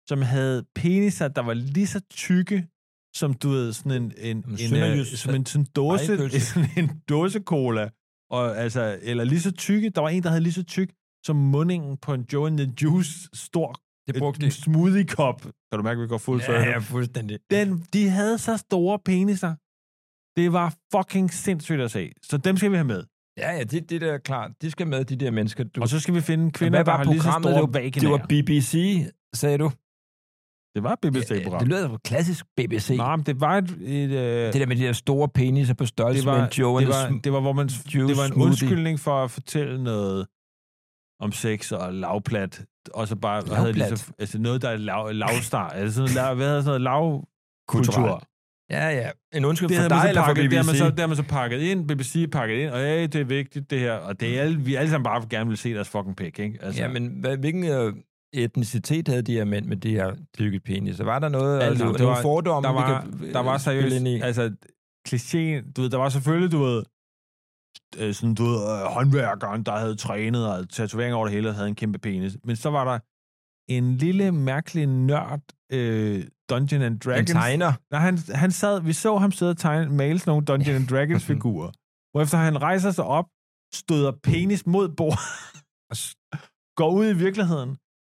som havde peniser, der var lige så tykke, som du ved, sådan en, en, Jamen, en, øh, sønderjysk- som en sådan dåse, Ejepølse. sådan en dåse cola, og, altså, eller lige så tykke. Der var en, der havde lige så tyk som mundingen på en Joe and the Juice stor Det brugte de. et smoothie kop. Kan du mærke, at vi går fuld circle? fuldstændig. Den, de havde så store peniser. Det var fucking sindssygt at se. Så dem skal vi have med. Ja, ja, det, det der er klart. De skal med, de der mennesker. Du. Og så skal vi finde kvinder, Hvad der var har lige så programmet? store Det var- vaginaer. det var BBC, sagde du. Øh, det var BBC-program. Det lyder jo klassisk BBC. Nej, men det var et... et øh, Det der med de der store peniser på størrelse det var, med en Joe and det, the var, Sm- det var, hvor man, Juice det var en smoothie. undskyldning for at fortælle noget om sex og lavplat, og så bare og havde de Lavplat? så, altså noget, der er lav, lavstar. Er det sådan, lav, hvad hedder sådan noget lavkultur? Kulturelt. Ja, ja. En undskyld Det for havde, dig man så eller for pakket, det, BBC. havde man så, det havde man så pakket ind, BBC pakket ind, og ja, det er vigtigt det her, og det er alle, vi alle sammen bare gerne vil se deres fucking pik, ikke? Altså, Ja, men hvad, hvilken øh, etnicitet havde de her mænd med de her dykket penis? Så var der noget, Alle altså, sammen. det Der var, var- fordomme, der vi var, kan, øh, der var spille seriøst, ind i? altså, klichéen, du ved, der var selvfølgelig, du ved, øh, sådan, du ved, øh, håndværkeren, der havde trænet og havde tatoveringer over det hele, og havde en kæmpe penis. Men så var der en lille, mærkelig nørd, øh, Dungeon and en Dragons. tegner. Nej, han, han sad, vi så ham sidde og tegne, male sådan nogle Dungeon and Dragons figurer, hvorefter han rejser sig op, støder penis mod bordet, og s- går ud i virkeligheden,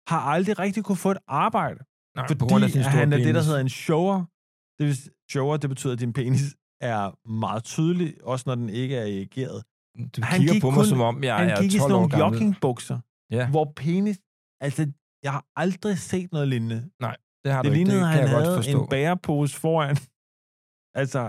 har aldrig rigtig kunne få et arbejde Nej, på grund fordi af sin at store han er det, der penis. hedder en shower. Det vil, s- shower, det betyder, at din penis er meget tydelig, også når den ikke er erigeret. Du han kigger gik på mig, kun- som om jeg Han er gik i 12 sådan år nogle gammel. joggingbukser, Ja. hvor penis... Altså, jeg har aldrig set noget lignende. Det har du Det ikke, lignede, det at han kan jeg godt havde forstå. en bærepose foran. altså,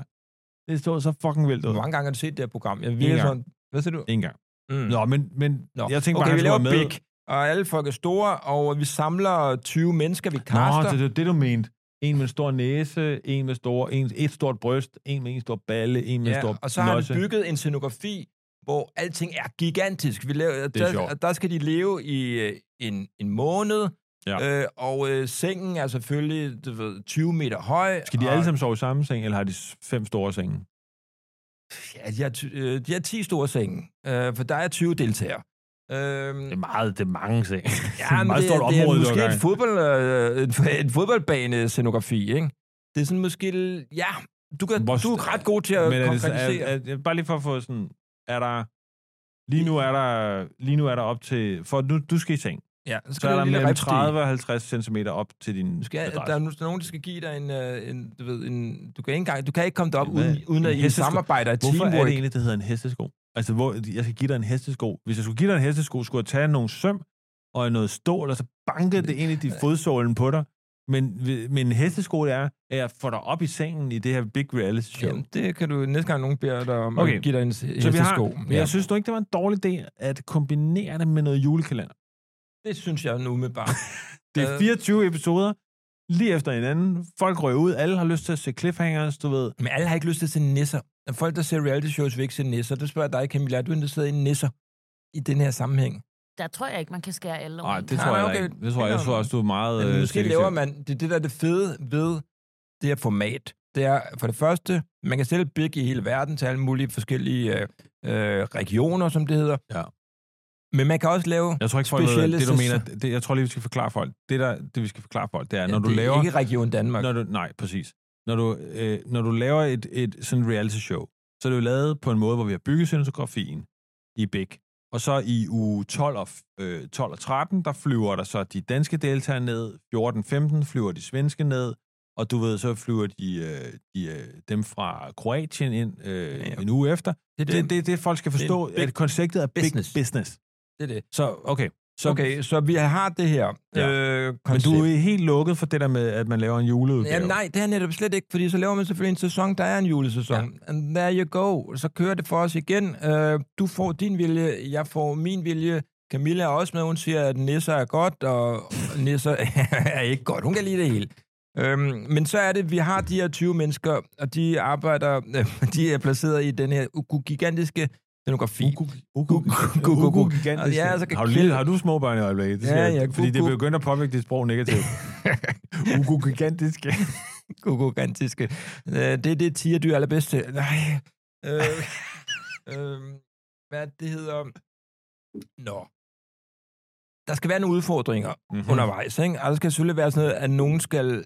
det så så fucking vildt ud. Hvor mange gange har du set det her program? Jeg Ingen virker sådan... Hvad siger du? Ingen gang. Mm. Nå, men, men Nå. jeg tænkte okay, bare, vi han laver skulle være med. Big, og alle folk er store, og vi samler 20 mennesker, vi Nå, kaster. det er det, du mente. En med en stor næse, en med store, en, et stort bryst, en med en stor balle, en med en stor og så har nosse. han bygget en scenografi, hvor alting er gigantisk. Vi laver, er der, sjovt. og der skal de leve i øh, en, en måned, Ja. øh, og øh, sengen er selvfølgelig du ved, 20 meter høj. Skal de og, alle sammen sove i samme seng, eller har de s- fem store senge? Ja, de har, ty- øh, de har 10 store senge, øh, for der er 20 deltagere. Øhm, Det er meget, det er mange senge. Ja, det er et men meget det, stort område, det er du måske har gang i. et fodbold, øh, et, et fodboldbane-scenografi, ikke? Det er sådan måske... Ja, du, kan, Hvor- du er ret god til at Men er det, så- konkretisere. er, er, er, bare lige for at få sådan, er der, lige nu er der, lige nu er der op til, for nu, du skal i seng, ja, så så, skal er du der en lille mellem ripstige. 30 og 50 cm op til din Du skal, madras. der er nu- der er nogen, der skal give dig en, øh, en, du ved, en du kan ikke engang, du kan ikke komme derop Hvad? uden, uden at En I hestesko? samarbejder i Hvorfor er teamwork. det egentlig, det hedder en hestesko? Altså, hvor, jeg skal give dig en hestesko. Hvis jeg skulle give dig en hestesko, skulle jeg tage nogle søm og noget stål, og så banke det ind i de fodsålen på dig. Men, men en hestesko, det er, at jeg får dig op i sengen i det her big reality show. Jamen, det kan du næste gang nogen beder dig om Okay. at give dig en Så vi hestesko. har, men jeg synes du ikke, det var en dårlig idé at kombinere det med noget julekalender. det synes jeg nu umiddelbart. Det er Øh. 24 episoder, lige efter hinanden. Folk rører ud, alle har lyst til at se cliffhangers, du ved. men alle har ikke lyst til at se nisser. Når folk, der ser reality shows, vil ikke se nisser. Det spørger jeg dig, Camilla. Er du interesseret i nisser i den her sammenhæng? Der tror jeg ikke, man kan skære alle over. Nej, en det kam. tror Nej, jeg okay. ikke. Det tror jeg, jeg Det tror er- også, du er meget... Men øh, måske selektiv. laver man, det er det, der er det fede ved det her format. Det er for det første, man kan sælge big i hele verden til alle mulige forskellige øh, øh, regioner, som det hedder. Ja. Men man kan også lave... Jeg tror ikke, folk ved, specielle det du sæson- mener, det, jeg tror lige, vi skal forklare folk. Det, der, det vi skal forklare folk, det er, når du det laver... er ikke Region Danmark. Når du, nej, præcis. Når du, øh, når du laver et, et sådan reality show, så er det jo lavet på en måde, hvor vi har bygget scenografien i Big. Og så i uge 12 og, f- øh, 12 og 13, der flyver der så de danske deltagere ned, 14-15 flyver de svenske ned, og du ved, så flyver de, øh, de øh, dem fra Kroatien ind øh, Ja, ja. en uge efter. det, er Det er det, det, folk skal det er en forstå, big at konceptet er big business. business. business. det, er det. Så, okay. Så, Så, okay, så vi har det her Ja. ja. øh, Men koncept. du er helt lukket for det der med, at man laver en juleudgave. Jamen, nej, det er netop slet ikke, fordi så laver man selvfølgelig en sæson, der er en julesæson. Ja. And there you go. Så kører det for os igen. Øh, du får din vilje, jeg får min vilje. Camilla er også med, hun siger, at nisser er godt, og nisser er ikke godt. Hun kan lide det hele. Øhm, men så er det, vi har de her 20 mennesker, og de arbejder, øh, de er placeret i den her u- gigantiske scenografi. Ugu-gigantisk. Ja, så kan har, du lige, har du små børn i øjeblikket? Det Ja, siger jeg, ja, Fordi det gu-gu. begynder at påvirke dit sprog negativt. Ugu-gigantisk. gigantiske. Øh, det er det, tigerdyr er allerbedst til. Nej. Øh, øh, hvad er det, det hedder? Nå. der skal være nogle udfordringer Mm-hmm. mm. undervejs. Ikke? Og der skal selvfølgelig være sådan noget, at nogen skal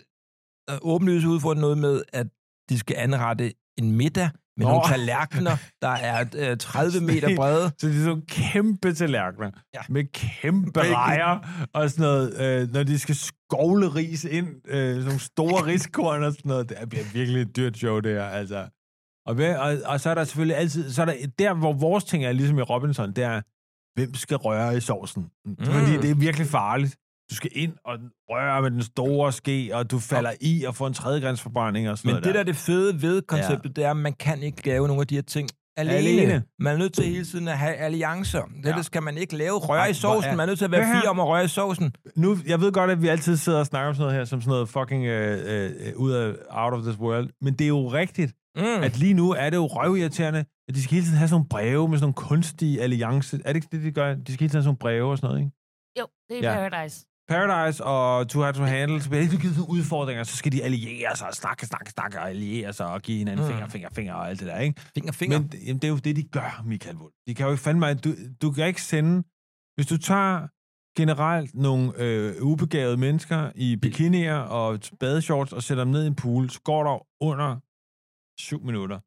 øh, åbenlyst udfordre noget med, at de skal anrette en middag med Nå. Nå. nogle tallerkener, der er øh, 30 meter brede. Så de er sådan kæmpe tallerkener ja. Ja. med kæmpe Bacon. rejer og sådan noget. Øh, når de skal skovle ris ind, øh, sådan nogle store riskorn og sådan noget. Det bliver virkelig et dyrt show, det her, altså. Og, hvad, og, og, så er der selvfølgelig altid... Så er der, der, hvor vores ting er, ligesom i Robinson, det er, hvem skal røre i sovsen? Mm. Fordi det er virkelig farligt. Du skal ind og røre med den store ske, og du falder i og får en tredjegransforbrænding og sådan Men noget det, der er det fede ved konceptet, ja. det er, at man kan ikke lave nogle af de her ting alene. Alene. alene. Man er nødt til hele tiden at have alliancer. Det Ja. ja. skal man ikke lave. Ej, Røre hvor i er- sovsen. Man er nødt til at Hvad her? være fire om at røre i sovsen. nu, jeg ved godt, at vi altid sidder og snakker om sådan noget her, som sådan noget fucking øh, øh, ud af out of this world, men det er jo rigtigt, Mm. at lige nu er det jo røvirriterende, at de skal hele tiden have sådan nogle breve med sådan nogle kunstige alliance. Er det ikke det, de gør? De skal hele tiden have sådan nogle breve og sådan noget, ikke? Jo, det er Ja. ja. Paradise. Paradise og Too Hard to Handle, så bliver hele tiden givet sådan nogle udfordringer, så skal de alliere sig og snakke, snakke, snakke og alliere sig og give hinanden mm. Mm. finger, finger, finger og alt det der, ikke? Finger, finger. Men jamen, det er jo det, de gør, Michael Wold. De kan jo ikke fandme... Du, du kan ikke sende... Hvis du tager generelt nogle øh, ubegavede mennesker i bikinier og badeshorts og sætter dem ned i en pool, så går der under syv minutter,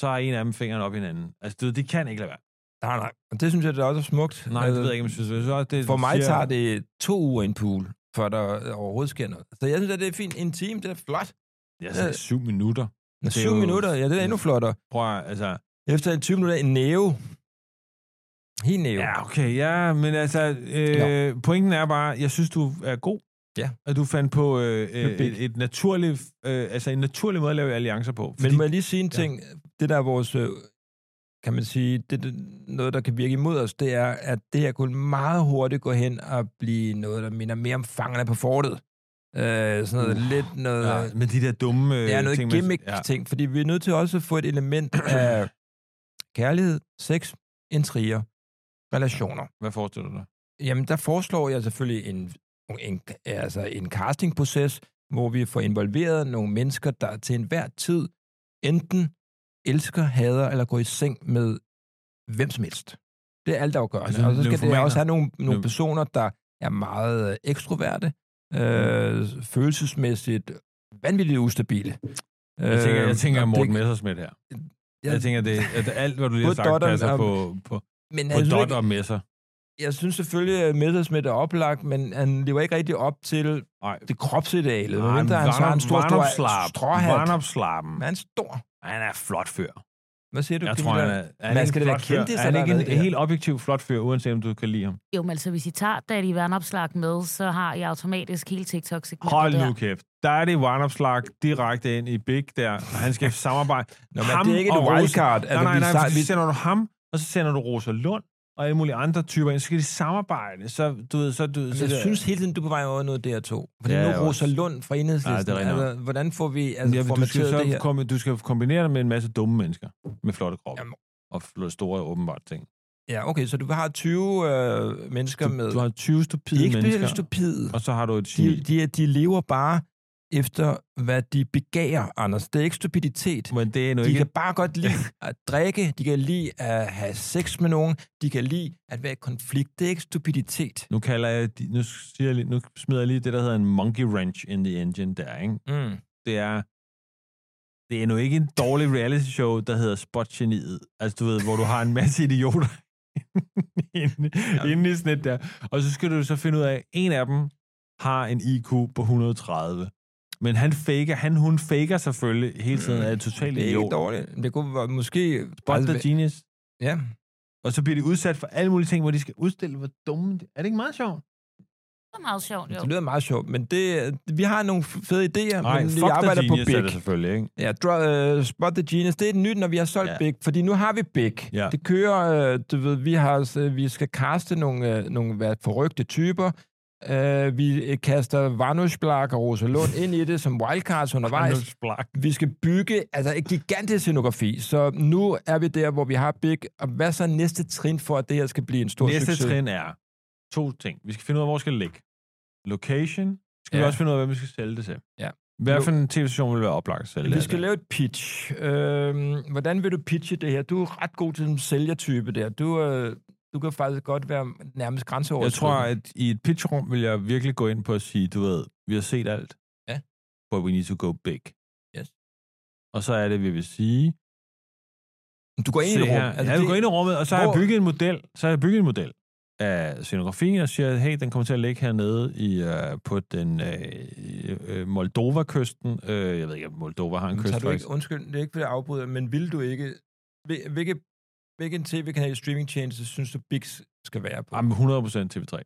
så har en af dem fingeren op i hinanden. Altså, du, ved, de kan ikke lade være. Nej, nej. Og det synes jeg, det er også smukt. Nej, det ved Øh, jeg ikke, om jeg synes. Jeg synes også, det, For mig siger- tager det to uger i en pool, før der overhovedet sker noget. Så jeg synes, at det er fint. Intimt, det er flot. Jeg sagde syv minutter. Men Det er syv jo- minutter, ja, det er endnu flottere. Prøv at, altså... Efter en 20 minutter, en næve. Helt næve. Ja, okay, ja, men altså... Øh, pointen er bare, jeg synes, du er god. Ja. At du fandt på øh, øh, Med big. et, et naturligt, øh, altså en naturlig måde at lave alliancer på. Men må jeg lige sige en ting? Det der er vores, øh, kan man sige, det, det, noget, der kan virke imod os, det er, at det her kunne meget hurtigt gå hen og blive noget, der minder mere om fangerne på fortet. Øh, sådan noget Uh, lidt noget... Ja, men de der dumme øh, Det er noget ting, man- gimmick-ting, ja. fordi vi er nødt til også at få et element af kærlighed, sex, intriger, relationer. Hvad forestiller du dig? Jamen, der foreslår jeg selvfølgelig en, en, altså en castingproces, hvor vi får involveret nogle mennesker, der til enhver tid enten elsker, hader eller går i seng med hvem som helst. Det er altafgørende. Altså, Altså, og så skal det lymphomaner. også have nogle, Lym- nogle personer, der er meget øh, ekstroverte, øh, følelsesmæssigt vanvittigt ustabile. Mm. Jeg tænker, jeg tænker og øh, Morten det- Messersmith her. Jeg, Jeg- jeg tænker, det, at alt, hvad du lige har Både sagt, dotteren passer og- på, på, Men på altså, jeg synes, dot ikke, og messer. jeg synes selvfølgelig, at Messersmith er oplagt, men han lever ikke rigtig op til Nej. det kropsidealet. Nej, men der er han en stor, stor stråhat. Varnopslappen. Han er en stor. Han er flot fyr. Hvad siger du, Jeg Camilla? tror, han er, er han Men ikke skal en det flot fyr? være kendis, Er han eller ikke hvad en er det her? helt objektiv flot fyr, uanset om du kan lide ham? Jo, men altså, hvis I tager Daddy Værnopslag med, så har I automatisk hele TikTok-segmentet Hold der. nu kæft. Der er det varnopslag direkte ind i Big der. og Han skal samarbejde. Nå, men Ham det er ikke og et Rosa- wildcard. Altså, Nej, nej, nej, nej, nej, vi sender du ham, og så sender du Rosa Lund og alle mulige andre typer ind. Så skal de samarbejde. Så, du ved, så, du, så Altså, jeg det- synes hele tiden, du er på vej over noget DR2. Fordi Ja, ja, nu jeg er er Rosa også. Lund fra Ja, det Enhedslisten. er rigtigt nok. altså, hvordan får vi altså, Altså, ja, ja, men du, skal formateret det så her? komme, du skal kombinere det med en masse dumme mennesker med flotte kroppe. Jamen. Og fl- store, åbenbart ting. Ja, okay, så du har 20 øh, mennesker Du, med... du har 20 de er stupide ikke mennesker, specielt stupide. og så har du et geni. De, de, er- de lever bare efter, hvad de begærer, Anders. Det er ikke stupiditet. Men det er nu De ikke... kan bare godt lide at drikke, de kan lide at have sex med nogen, de kan lide at være i konflikt. Det er ikke stupiditet. Nu, kalder jeg, de- nu, siger jeg, lige- nu smider jeg lige det, der hedder en monkey wrench in the engine der, ikke? Mm. det er det er nu ikke en dårlig reality show, der hedder Spotgeniet. Altså, du ved, hvor du har en masse idioter inde, inde i sådan et der. Og så skal du så finde ud af, at en af dem har en IQ på 130. Men han faker, han, hun faker selvfølgelig hele tiden af totalt Mm. Det er ikke idiot. dårligt. Det kunne være måske... Spot the genius. Ja. Og så bliver de udsat for alle mulige ting, hvor de skal udstille, hvor dumme de... Er det ikke meget sjovt? Det er meget sjovt, jo. Det lyder meget sjovt, men det, vi har nogle fede idéer, men vi fuck arbejder the på genius altså. er det Big. selvfølgelig, ikke? Ja, dr- uh, Spot the Genius, det er nyt, når vi har solgt Ja. ja. Big, fordi nu har vi Big. Ja. Det kører, øh, du ved, vi, har, øh, vi skal kaste nogle, øh, nogle hvad, forrygte typer. Uh, vi øh, kaster Vanushblak og Rosa Lund ind i det som wildcards undervejs. Splak. Vi skal bygge altså et gigantisk scenografi, så nu er vi der, hvor vi har Big. Og hvad så er næste trin for, at det her skal blive en stor Næste succes? trin er to ting. Vi skal finde ud af, hvor vi skal ligge. Location. Skal ja. vi Ja. også finde ud af, hvem vi skal sælge det til. Ja. Hvad for en tv-station vil være oplagt at sælge Vi det skal til? lave et pitch. Øhm, hvordan vil du pitche det her? Du er ret god til den sælgertype der. Du, øh, Du kan faktisk godt være nærmest Jeg grænseoverskridende. tror, at i et pitchrum vil jeg virkelig gå ind på at sige, du ved, vi har set alt. Ja. But we need to go big. Yes. Og så er det, vi vil sige. Du går ind i se et rum. her. Altså, ja, vi det- går ind i rummet, og så har jeg hvor- bygget en model. Så har jeg bygget en model af scenografien, og siger, hey, den kommer til at ligge hernede i, uh, på den uh, uh, Moldova-kysten. Uh, jeg ved ikke, om Moldova har en Men tager kyst, du ikke, faktisk. undskyld, det er ikke, fordi jeg afbryder, men vil du ikke... hvil- Hvilke, hvilken tv-kanal streamingtjeneste synes du, Big skal være på? Jamen, 100% TV3.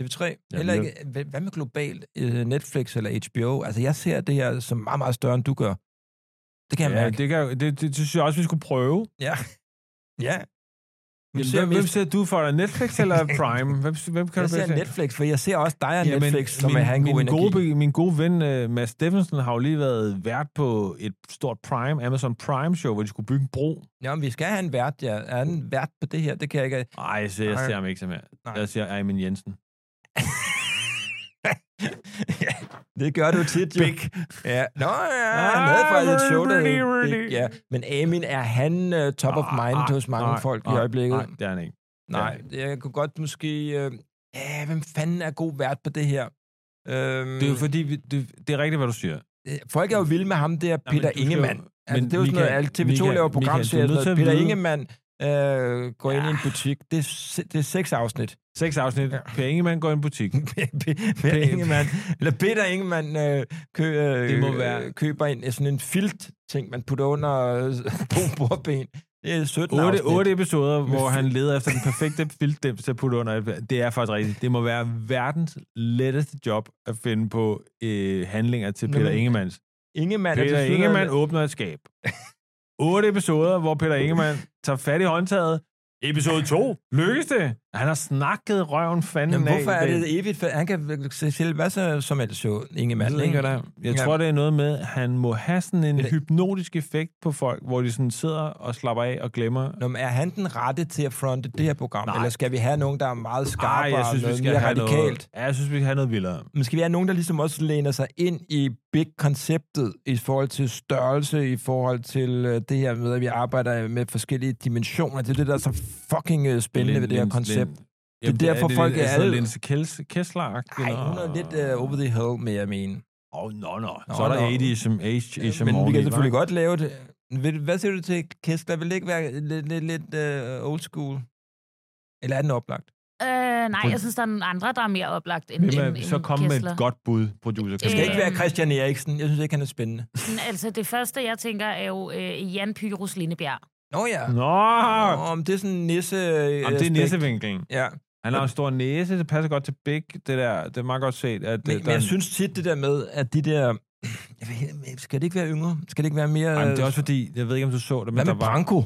TV3? Heller men- ikke, hvad- hvad med globalt? Øh, Netflix eller HBO? Altså, jeg ser det her som meget, meget større, end du gør. Det kan jeg Ja, mærke. det, kan, det, det, det, synes jeg også, vi skulle prøve. Ja. Men Jamen, ser hvem, hvem mest- ser du for dig? Netflix eller Prime? Hvem, hvem kan jeg du bedst ser lide? Netflix, for jeg ser også dig og Ja, men Netflix, som er have en god min, energi. gode, be- min gode ven uh, Mads Steffensen har jo lige været vært på et stort Prime, Amazon Prime-show, hvor de skulle bygge en bro. Nå, men vi skal have en vært, ja. Er en vært på det her? Det kan jeg ikke... Ej, jeg ser, jeg Nej. ser ham ikke som her. Nej. Jeg ser Ejmin Jensen. Ja, det gør du tit, jo. Big. Ah, Ja. Nå, ja, han havde faktisk et show, der really, hed really. Big, ja. Men Amin, er han uh, top of mind Nej, hos mange Ah, nej, folk i nej, øjeblikket? Nej, det er han ikke. Nej, jeg kunne godt måske... Øh, ja, hvem fanden er god vært på det her? Øhm, Det er jo fordi, vi, det, det er rigtigt, hvad du siger. øh, folk er jo vilde med ham der, Peter du skal jo- Ingemann. Altså, men det er jo sådan noget, Michael- alt TV2 Michael- Michael, du er laver programserier. nødt til Peter at vide... vide- Ingemann øh, går ind i en butik. Det er, se- det er seks afsnit. Seks afsnit. Ja. Ja. Per Ingemann går i en butik. Peter Ingemann, eller Peter Ingemann øh, kø, øh, Det må være- køber en, sådan en filt-ting, man putter under øh, to bordben. Det er 17 Otte, afsnit. otte episoder, hvor fil- han leder efter den perfekte filtdem til at putte under. et- Det er faktisk rigtigt. Det må være verdens letteste job at finde på øh, handlinger til Nå, Peter men- Ingemanns. Ingemann er Peter tilsyneladende- Ingemann åbner et skab. Otte episoder, hvor Peter Ingemann tager fat i håndtaget. Episode 2. Lykkes det? Han har snakket røven fanden Jamen, af. hvorfor er det evigt? For han kan vel sælge hvad så, som helst jo, Ingemann. Jeg, Ikke? ikke, der. jeg Ja. tror, det er noget med, at han må have sådan en Det- hypnotisk effekt på folk, hvor de sådan sidder og slapper af og glemmer. Nå, men er han den rette til at fronte det her program? Nej. Nej. Eller skal vi have nogen, der er meget skarpere Ej, jeg synes, og vi noget skal mere have radikalt? noget, ja, jeg synes, vi skal have noget vildere. Men skal vi have nogen, der ligesom også læner sig ind i big-konceptet i forhold til størrelse, i forhold til øh, det her med, at vi arbejder med forskellige dimensioner? Det er det, der er så fucking øh, spændende ved det her Lin- koncept. Lin- Det er Jamen, derfor, folk lidt- er sådan alle- Linse Kels- Kessler-agtig. Nej, hun er lidt uh, over the hill, med jeg mene. Åh, nå, nå. Nå, Så er der nå. 80'ism, age-ism Øh, Men vi kan oveni, selvfølgelig hva'? godt lave det. Vil- Hvad siger du til Kessler? Vil det ikke være lidt, lidt, lidt uh, old school? Eller er den oplagt? Øh, nej, Prøv- jeg synes, der er nogle andre, der er mere oplagt end, Hvem end, er, end så kom med Kessler. et godt bud, producer. Det Det skal Kasper. ikke være Christian Eriksen. Jeg synes ikke, han er spændende. Men Altså, det første, jeg tænker, er jo øh, Jan Pyrus Lindebjerg. Nå ja. Nå, Nå, om det er sådan en nisse... Jamen, det er nissevinkelen. Ja, Han har en stor næse, det passer godt til Big. Det, der, det er meget godt set. At, øh, men, men der er jeg en- synes tit det der med, at de der... Jeg ved, ikke, skal det ikke være yngre? Skal det ikke være mere... Ej, men det er også fordi, jeg ved ikke, om du så det, men øh, Hvad der med var... Branko?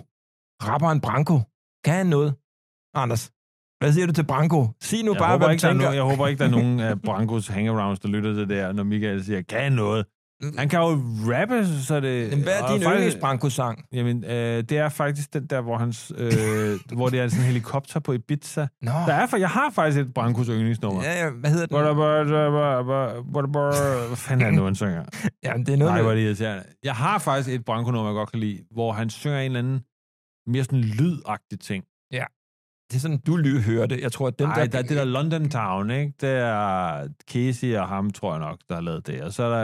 Rapperen Branko. Kan han noget? Anders, hvad siger du til Branko? Sig nu Jeg, bare, håber hvad du ikke, der er tænker. nogen, jeg håber ikke, der er nogen af Brankos hangarounds, der lytter til det der, når Michael siger, kan han noget? Han kan jo rappe, så det... Mm. Jamen, Hvad er og din faktisk- yndlingsbranko-sang? Jamen, øh, det er faktisk den der, hvor, hans, øh, hvor det er sådan en helikopter på Ibiza. Nå, Der er, for, jeg har faktisk et Brankos yndlingsnummer. ja, ja, hvad hedder den? Hvor der bare- der bare- bare- hvor der bare- Hvad fanden er det nu, han synger? Jamen, det er noget... Nej, hvor er med- det irriterende. Jeg har faktisk et Branko-nummer, jeg godt kan lide, hvor han synger en eller anden mere sådan lydagtig ting. det er sådan, du ly- hører det. Jeg tror, at dem, Nej, der er det der London Town, ikke? Det er Casey og ham, tror jeg nok, der har lavet det. Og så er der...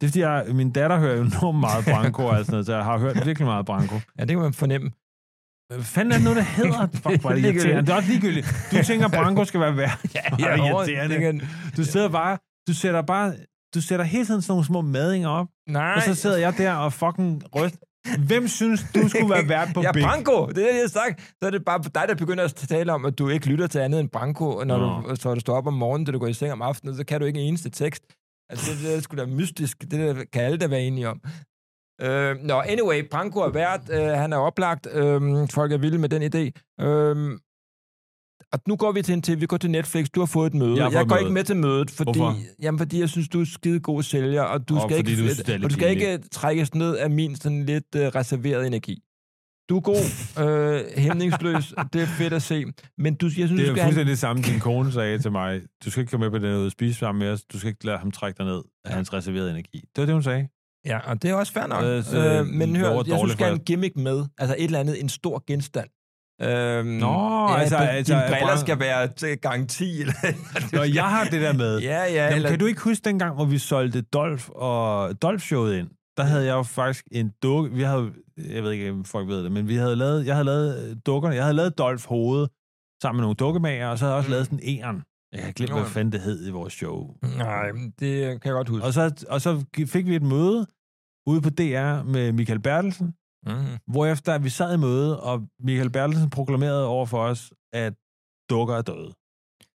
Det er fordi, jeg, min datter hører jo enormt meget Branko, og sådan noget, så jeg har hørt virkelig meget Branko. Ja, det kan man fornemme. Hvad fanden er det nu, der hedder? Fuck, hvor er det irriterende. Det er også ligegyldigt. Du tænker, Branko skal være værd. Ja, det er irriterende. tænker, Du sidder bare... Du sætter bare... Du sætter hele tiden sådan nogle små madinger op, Nej, og så sidder jeg der og fucking ryst. Hvem synes, du skulle være vært på ja, Big? Branko, det er det, jeg har sagt. Så er det bare dig, der begynder at tale om, at du ikke lytter til andet end Branko, når Nå. du, så du står op om morgenen, da du går i seng om aftenen, så kan du ikke en eneste tekst. Altså, det, det er sgu da mystisk. Det der, kan alle da være enige om. Øh, Nå, anyway, Branko er vært. Øh, han er oplagt. Øh, folk er vilde med den idé. Øh, og nu går vi til en til, vi går til Netflix, du har fået et møde. Jeg Jeg, har jeg fået går møde. ikke med til mødet, fordi, Hvorfor? jamen, fordi jeg synes, du er skide god sælger, og du Og skal, fordi ikke, du synes, det er lidt og du skal pinligt. ikke trækkes ned af min sådan lidt øh, reserverede energi. Du er god, øh, hæmningsløs, det er fedt at se, men du, jeg synes, Det du er skal jo have... fuldstændig det samme, din kone sagde til mig. Du skal ikke komme med på den her ud og spise sammen med os. Du skal ikke lade ham trække dig ned af hans reserverede energi. Det var det, hun sagde. Ja, og det er også fair nok. Øh, så Øh, men det hør, var jeg synes, dårligt du skal have for en gimmick med, altså et eller andet, en stor genstand. Øhm, Nå, ja, altså- du, altså, dine briller brand- skal være til garanti. Eller, Nå, jeg har det der med. ja, ja. Jamen, eller, kan du ikke huske dengang, hvor vi solgte Dolph og Dolph-showet ind? Der havde jeg jo faktisk en dukke. Vi havde, jeg ved ikke, om folk ved det, men vi havde lavet, jeg havde lavet øh, dukkerne. Jeg havde lavet Dolph hovedet sammen med nogle dukkemager, og så havde jeg også Mm. mm. lavet sådan en æren. Jeg kan glemme, hvad Nå. fanden det hed i vores show. Nej, det kan jeg godt huske. Og så, og så fik vi et møde ude på DR med Michael Bertelsen, Mm. hvorefter vi sad i møde, og Michael Bertelsen proklamerede over for os, at dukker er døde.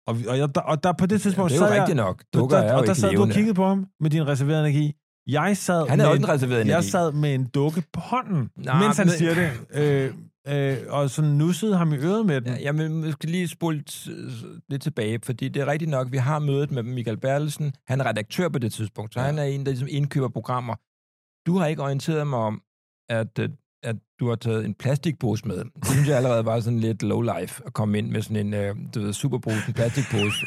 Og, vi, og, jeg, og der på det tidspunkt Det er sad jo jeg, rigtigt nok. Dukker der, er jo og der ikke sad du og levende. kiggede på ham med din reserverede energi. Jeg sad, Han er med jo ikke en reserveret energi. jeg sad med en dukke på hånden, Nej, Nej, mens han men- men... siger det. Øh, øh, og sådan nussede ham i øret med den. Ja, jeg vil måske lige spole t- lidt tilbage, fordi det er rigtigt nok, vi har mødet med Michael Bertelsen. Han er redaktør på det tidspunkt, så ja. Ja. han er en, der ligesom indkøber programmer. Du har ikke orienteret mig om, at, øh, at du har taget en plastikpose med. Det synes jeg allerede var sådan lidt low life at komme ind med sådan en, øh, du ved, superpose, en plastikpose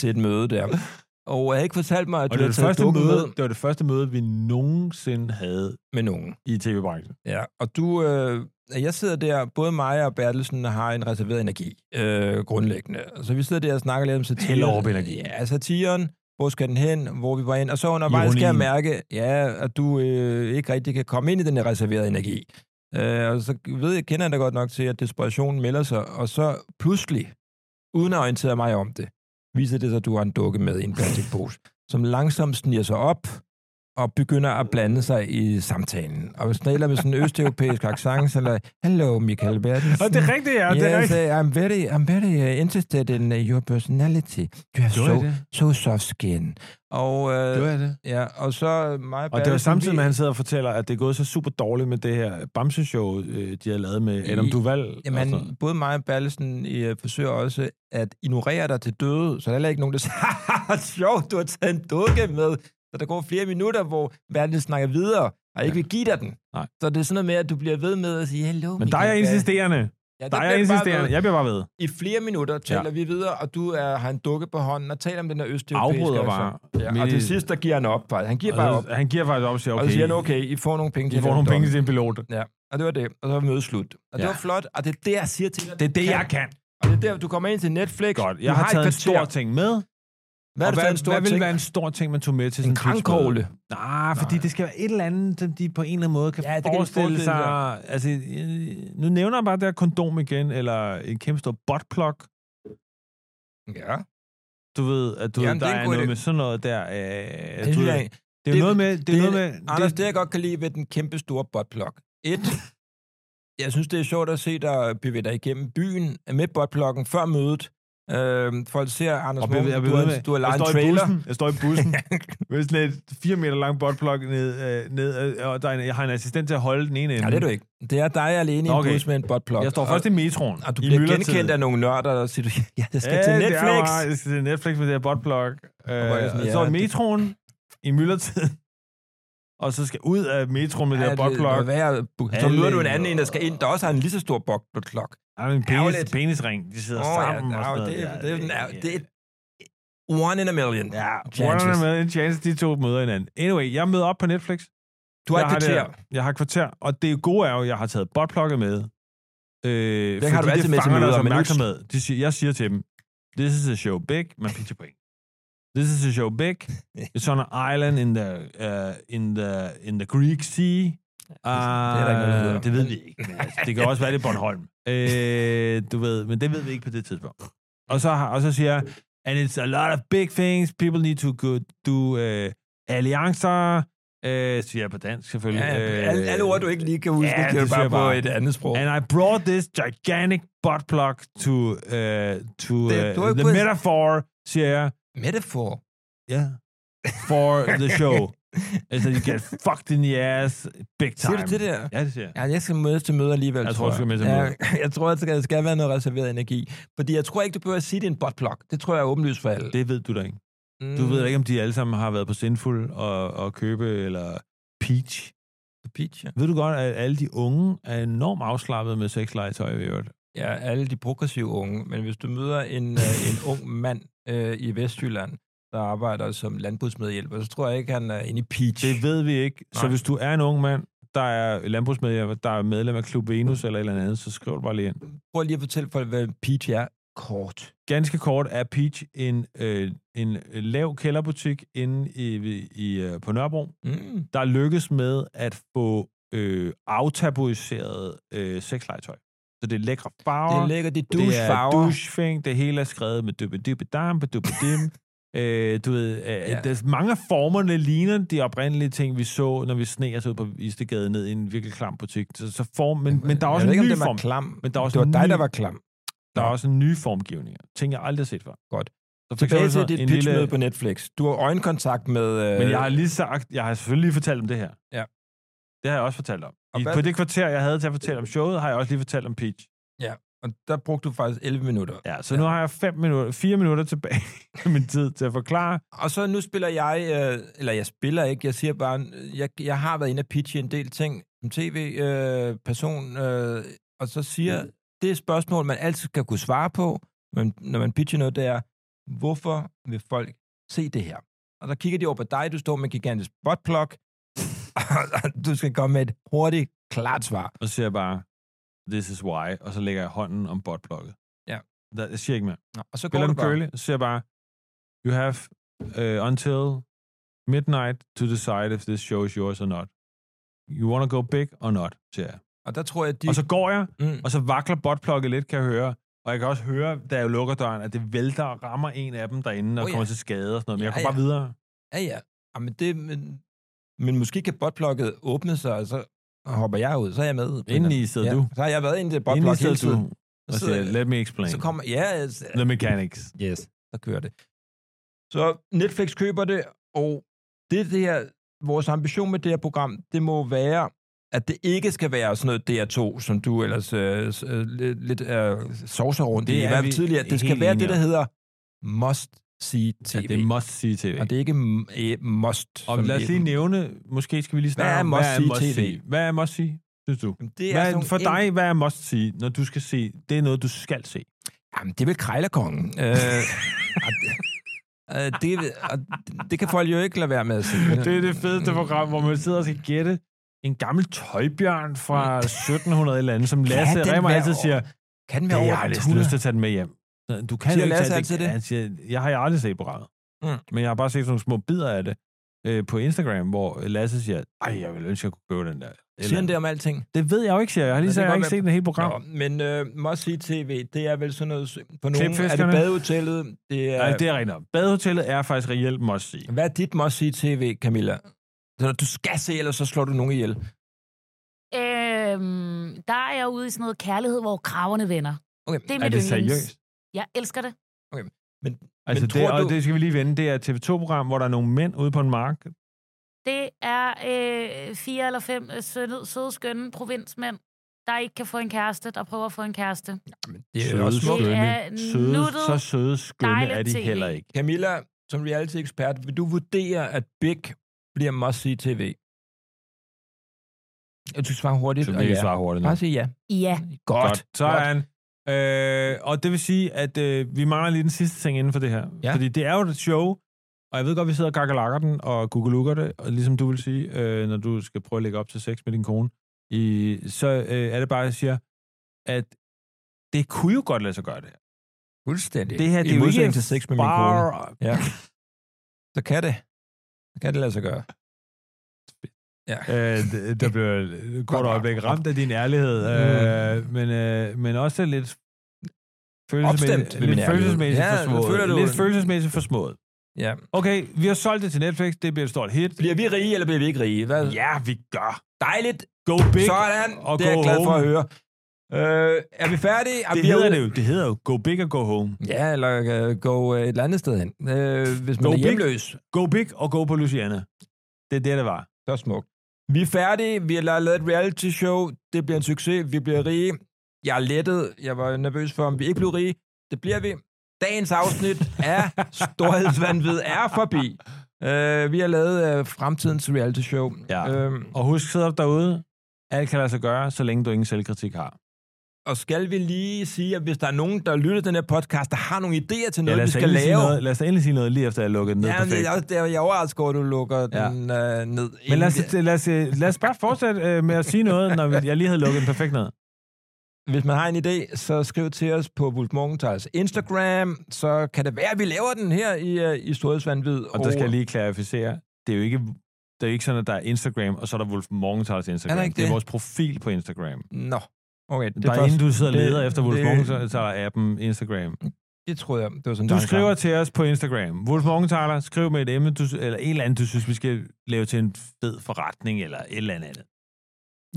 til et møde der. Og jeg har ikke fortalt mig, at Og det du var, har det, taget første dukken møde, med det var det første møde, vi nogensinde havde med nogen. i tv-branchen. Ja, og du, øh, jeg sidder der, både mig og Bertelsen har en reserveret energi, øh, grundlæggende. Så vi sidder der og snakker lidt om satire. Hellerup Energi. Ja, satiren, hvor skal den hen, hvor vi var ind. Og så undervejs skal jeg Ironien. mærke, ja, at du øh, ikke rigtig kan komme ind i den her reserverede energi. Øh, og så ved jeg, kender jeg dig godt nok til, at desperationen melder sig, og så pludselig, uden at orientere mig om det, viser det sig, at du har en dukke med i en plastikpose, som langsomt sniger sig op og begynder at blande sig i samtalen. Og hvis taler med sådan en østeuropæisk accent, så er det, hello Michael Bertelsen. Og det er rigtigt, ja. Det er Yes, rigtigt. uh, I'm very, I'm very uh, interested in uh, your personality. You have so, det. so soft skin. Og, øh, det. ja, og så øh, mig Og det var samtidig med, at han sidder og fortæller, at det er gået så super dårligt med det her Bamse-show, øh, de har lavet med Adam I- Duval. Jamen, både mig og Ballesen øh, forsøger også at ignorere dig til døde, så der er heller ikke nogen, der siger, haha, sjovt, du har taget en dukke med. Så der går flere minutter, hvor verden snakker videre, og ikke vil give dig den. Nej. Så det er sådan noget med, at du bliver ved med at sige, hello, Men der er jeg insisterende. Ja, det Der er bliver jeg du bare insisterende. ved. Jeg bliver bare ved. I flere minutter taler ja. vi videre, og du er, har en dukke på hånden og taler om den her østeuropæiske. Afbryder accent. bare. Ja, og Midt i- til sidst, der giver han op. faktisk. Han giver bare op. Og han giver faktisk op og siger, Og så siger han, okay, okay, I får nogle penge I til får den nogle dukke. penge til en pilot. Ja, og det var det. Og så var mødet slut. Og det Ja. var flot, og det er det, jeg siger til dig. Det er det, jeg kan. Og det er der, du kommer ind til Netflix. Godt. Du Jeg har et taget en kvarter. stor ting med. Hvad er og det for en stor hvad ting? vil være en stor ting, man tog med til sådan En krankogle. Nej, fordi Nej. det skal være et eller andet, som de på en eller anden måde kan Ja, ja, det det kan de forestille forestille kan sig. Altså, øh, nu nævner jeg bare det her kondom igen, eller en kæmpe stor buttplug. Ja. Du ved, at du Jamen, Jamen, det ved, er der en er god idé. noget med sådan noget der. Øh, Det du, synes ved, jeg, det er det- jo noget med... Det er det- noget med Anders, det jeg godt kan lide ved den kæmpe store botplug. Et, jeg synes, det er sjovt at se dig øh, bevæge dig igennem byen med botpluggen før mødet. Øh, folk ser, Anders Og Mogensen, jeg, jeg, du, har, du har lejet jeg, en står i trailer. bussen, jeg står i bussen med sådan et fire meter lang buttplug ned, øh, ned øh, og der er en, jeg har en assistent til at holde den ene ende. Nej, det er du ikke. Det er dig alene i Nå, en okay. bus med en botplug. Jeg står Og- først i metroen. Og du i bliver myldretiden. genkendt af nogle nørder, der siger, du, ja, jeg skal Ja, til det er Netflix. bare- Jeg skal til Netflix med det her botblog. hvor er det sådan, Øh, ja, så i det- metroen i myldretiden. Og så skal ud af metroen med det her botblog. botplug. Så møder du en anden en, der skal ind, der også har en lige så stor botplug. Der er en Ærgerligt. penis, penisring. De sidder Åh, ja, sammen. og ja, sådan noget. det er- Ja, det er- ja, det er- One in a million. Ja, chances. one med en chance, de to møder hinanden. Anyway, jeg møder op på Netflix. Du har jeg et kvarter. det- Jeg har et kvarter, og det gode er jo, at jeg har taget botplugget med. Øh, du fordi altid med til fanger deres møder, men nu- opmærksomhed. De siger, jeg siger til dem, this is a show big, man pitcher på en. This is a show big. It's on an island in the, uh, in the, in the Greek Sea. Uh, der ikke noget, der hedder. det ved vi ikke. Men altså, det kan også være, det er Bornholm. Øh, du ved, men det ved vi ikke på det tidspunkt. Og så, har- og så siger jeg, and it's a lot of big things, people need to go, do uh, alliancer, uh, siger jeg på dansk selvfølgelig. Ja, Øh, alle, alle ord, du ikke lige kan huske, ja, ja, kan det du siger bare jeg på bare. et andet sprog. And I brought this gigantic butt plug to, uh, to uh, Det- du har ikke the kunnet- metaphor, siger jeg, Metafor. yeah, for the show. Altså, you get fucked in the ass big time. Siger du det der? Ja, det siger jeg. Ja, jeg skal mødes til møde alligevel, Jeg tror, du skal mødes til møde. Ja, jeg tror, at der skal være noget reserveret energi. Fordi jeg tror ikke, du behøver at sige, det er en botplug. Det tror jeg er åbenlyst for alle. Det ved du da ikke. Mm. Du ved da ikke, om de alle sammen har været på Sinful og, og købe eller Peach. Mm. Peach, ja. Ved du godt, at alle de unge er enormt afslappet med sexlegetøj i øvrigt? Ja, alle de progressive unge. Men hvis du møder en, øh, en ung mand øh, i Vestjylland, der arbejder som landbrugsmedhjælper, så tror jeg ikke, han er inde i peach. Det ved vi ikke. Så Nej. hvis du er en ung mand, der er landbrugsmedlemmer, der er medlem af Klub Venus eller et eller andet, så skriv det bare lige ind. Prøv lige at fortælle folk, hvad Peach er kort. Ganske kort er Peach en, øh, en lav kælderbutik inde i, i, øh, på Nørrebro, Mm. der lykkes med at få øh, aftabuiseret øh, sexlegetøj. Så det er lækre Det farver, er lækkert, det er det er douchefarver. douchefing, det hele er skrevet med dybe dybe dam, dybe dim. Øh, du ved, øh, Ja. ja. der, mange af formerne ligner de oprindelige ting, vi så, når vi sneer os ud på Istegade ned i en virkelig klam butik. Så, så form, men, men der er også jeg en ved ny ikke, om den form. var klam. Men der er også det var en dig, ny- der var klam. Der er også en ny formgivninger. Ting, jeg aldrig har set før. Godt. Så for Tilbage eksempel så til dit en pitchmøde lille- på Netflix. Du har øjenkontakt med... Øh, Men jeg har lige sagt, jeg har selvfølgelig lige fortalt om det her. Ja. Det har jeg også fortalt om. Og I, hvad- på det kvarter, jeg havde til at fortælle om showet, har jeg også lige fortalt om Peach. og der brugte du faktisk 11 minutter. Ja, så ja. nu har jeg fem minutter, fire minutter tilbage i min tid til at forklare. Og så nu spiller jeg, øh, eller jeg spiller ikke, jeg siger bare, øh, jeg, jeg har været inde og pitche en del ting som tv-person, øh, person, øh, og så siger, det er et spørgsmål, man altid skal kunne svare på, men når man pitcher noget, det er, hvorfor vil folk se det her? Og så kigger de over på dig, du står med en gigantisk buttplug, og du skal komme med et hurtigt, klart svar. Og så siger jeg bare, this is why, og så lægger jeg hånden om botblokket. Ja. Der, jeg siger ikke mere. Nå, og så går Spiller du du bare. curly, så siger jeg bare, you have uh, until midnight to decide if this show is yours or not. You wanna go big or not, siger jeg. Og der tror jeg, de... Og så går jeg, mm, Og så vakler botplukket lidt, kan jeg høre. Og jeg kan også høre, da jeg lukker døren, at det vælter og rammer en af dem derinde og Åh, oh, ja. ja. kommer til skade og sådan noget. Men ja, jeg Ja, går bare ja. videre. ja, ja. Jamen, det, men, men måske kan botplugget åbne sig, og så hopper jeg ud, så er jeg med. Inden i sidder ja. ja. du. Så har jeg været inde i det Inden i botplug hele sidder du. tiden. Og Så sidder siger, jeg- let me explain. Så kommer, ja, yes, The mechanics. yes, så kører det. Så Netflix køber det, og det, det her, vores ambition med det her program, det må være, at det ikke skal være sådan noget DR2, som du ellers øh, s- øh, lidt, lidt øh, sovser rundt Det i, i er hvert vi fald tidligere. Det skal helt være enige det, der om. hedder must see TV. Ja, det er must see TV. Og det er ikke m- eh, must. Og som lad os i- lige nævne, måske skal vi lige snakke Hvad er om, must see TV? see? Hvad er must see, synes du? Jamen, Det Hvad, altså sådan er- nogle for dig, hvad er must see, når du skal se? Det er noget, du skal se. Jamen, det er vel Krejlerkongen. Øh, og det- øh, det, og det kan folk jo ikke lade være med at sige. Det er det fedeste program, hvor man sidder og skal gætte en gammel tøjbjørn fra 1700 eller andet, som Lasse den Remmer være altid over- siger, Kan den Ja, være jeg over har næsten 100? lyst til at tage den med hjem. Så Du kan Siger jo ikke Lasse tage altid det. det? Han siger, jeg har aldrig set programmet. Mm. Mm. Men jeg har bare set sådan nogle små bidder af det øh, på Instagram, hvor Lasse siger, ej, jeg vil ønske, jeg kunne købe den der. Siger han det om alting? Det ved jeg jo ikke, siger jeg. Jeg har lige Men sagt, det jeg kan har ikke godt set den hele program. Nå, men øh, must sige tv, det er vel sådan noget... På nogen er det Klipfiskerne? badehotellet. Det er, Ja. det er rigtigt. nok. Badehotellet er faktisk reelt, må jeg sige. Hvad er dit must sige tv, Camilla? Så Du skal se, ellers så slår du nogen ihjel. Øhm, der er jeg ude i sådan noget kærlighed, hvor kraverne vender. Okay, Det er, Er mit det yndlings. seriøst? Jeg elsker det. Altså, tror det, og du- det skal vi lige vende. Det er et TV2-program, hvor der er nogle mænd ude på en mark. Det er øh, fire eller fem øh, søde, søde, skønne provinsmænd, der ikke kan få en kæreste, der prøver at få en kæreste. Jamen, det er jo Søde, også smukt. Det skønne. er Søde, nuttet, så søde, skønne dejligt er de TV. heller ikke. Camilla, som reality-ekspert, vil du vurdere, at Big bliver must-see tv? Jeg skal svare hurtigt. Så og vi kan ja. svare hurtigt nu. Bare sig ja. Ja. Godt. Godt. Sådan. Øh, og det vil sige, at øh, vi mangler lige den sidste ting inden for det her. Ja. Fordi det er jo et show, og jeg ved godt, vi sidder og gakkelakker den og googlukker det, og ligesom du vil sige, øh, når du skal prøve at lægge op til sex med din kone, i, så øh, er det bare, at jeg siger, at det kunne jo godt lade sig gøre det her. Fuldstændig. Det her, det I er jo modsætning ikke til sex med min kone. bare... Ja. Så kan det. Så kan det lade sig gøre. Øh, d- der blev et kort øjeblik ramt af din ærlighed, Mm. øh, men, øh, men også lidt Opstemt ved min lidt ærlighed. følelsesmæssigt Ja, føler du- forsmået. Lidt følelsesmæssigt forsmået. Ja. Okay, vi har solgt det til Netflix. Det bliver et stort hit. Bliver vi rige, eller bliver vi ikke rige? Hvad? Ja, vi gør. Dejligt. Go big Sådan. og det go er jeg glad for at home. høre. Øh, er vi færdige? Er Det vi hedder ude? det jo. Det hedder jo go big og go home. Ja, eller øh, gå øh, et eller andet sted hen. Øh, hvis man Go er big. hjemløs, Go big og go på Luciana. Det er det, det var. så smukt. Vi er færdige. Vi har lavet et reality show. Det bliver en succes. Vi bliver rige. Jeg er lettet. Jeg var nervøs for, om vi ikke blev rige. Det bliver vi. Dagens afsnit af Storhedsvandvid er forbi. Øh, vi har lavet øh, fremtidens reality show. Ja. Øhm, Og husk, sidder du derude, alt kan lade sig gøre, så længe du ingen selvkritik har. Og skal vi lige sige, at hvis der er nogen, der lytter til den her podcast, der har nogle idéer til Ja, lad noget, vi os, skal endelig sige lave... noget, lad os da endelig sige noget lige efter, at jeg lukker den ned Ja, men perfekt. jeg, jeg, jeg er overrasket over, at du lukker Ja. den øh, ned. Men lad os, lad, os, øh, lad os bare fortsætte øh, med at sige noget, når vi- jeg lige havde lukket den perfekt ned. Hvis man har en idé, så skriv til os på Wolf Morgenthal's Instagram, så kan det være, at vi laver den her i, øh, i Storhedsvandvid. Og der skal jeg lige klarificere, det er jo ikke, det er jo ikke sådan, at der er Instagram, og så er der Wolf Morgenthalers Instagram. Er der ikke det er det? vores profil på Instagram. Nå, okay. Det, Det der er inden du sidder og det- leder efter Wolf det- Morgenthaler appen Instagram. det troede jeg, det var sådan, Du der hang skriver sammen. til os på Instagram. Wolf Morgenthaler, skriv med et emne, du, eller et eller andet, du synes, vi skal lave til en fed forretning, eller et eller andet andet.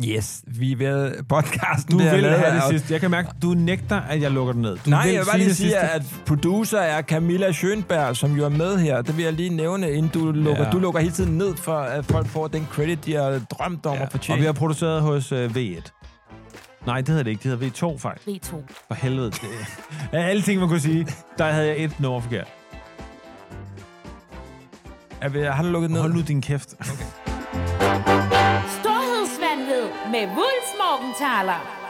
Yes, vi er ved podcasten. Du det er vil lavet have det af- sidste. Jeg kan mærke, du nægter, at jeg lukker den ned. Du Nej, vil jeg vil bare lige sige, sidste. at producer er Camilla Schönberg, som jo er med her. Det vil jeg lige nævne, inden du lukker. Ja. Ja. Du lukker hele tiden ned, for at folk får den credit, de har drømt om ja. at Og vi fortjene. har produceret hos øh, V1. Nej, det hedder det ikke. Det hedder V2, faktisk. V2. For helvede. Det- Af alle ting, man kunne sige, der havde jeg et nummer forkert. Er vi, har du lukket ned? Hold nu din kæft. Storhedsvandved med Wulf Morgenthaler.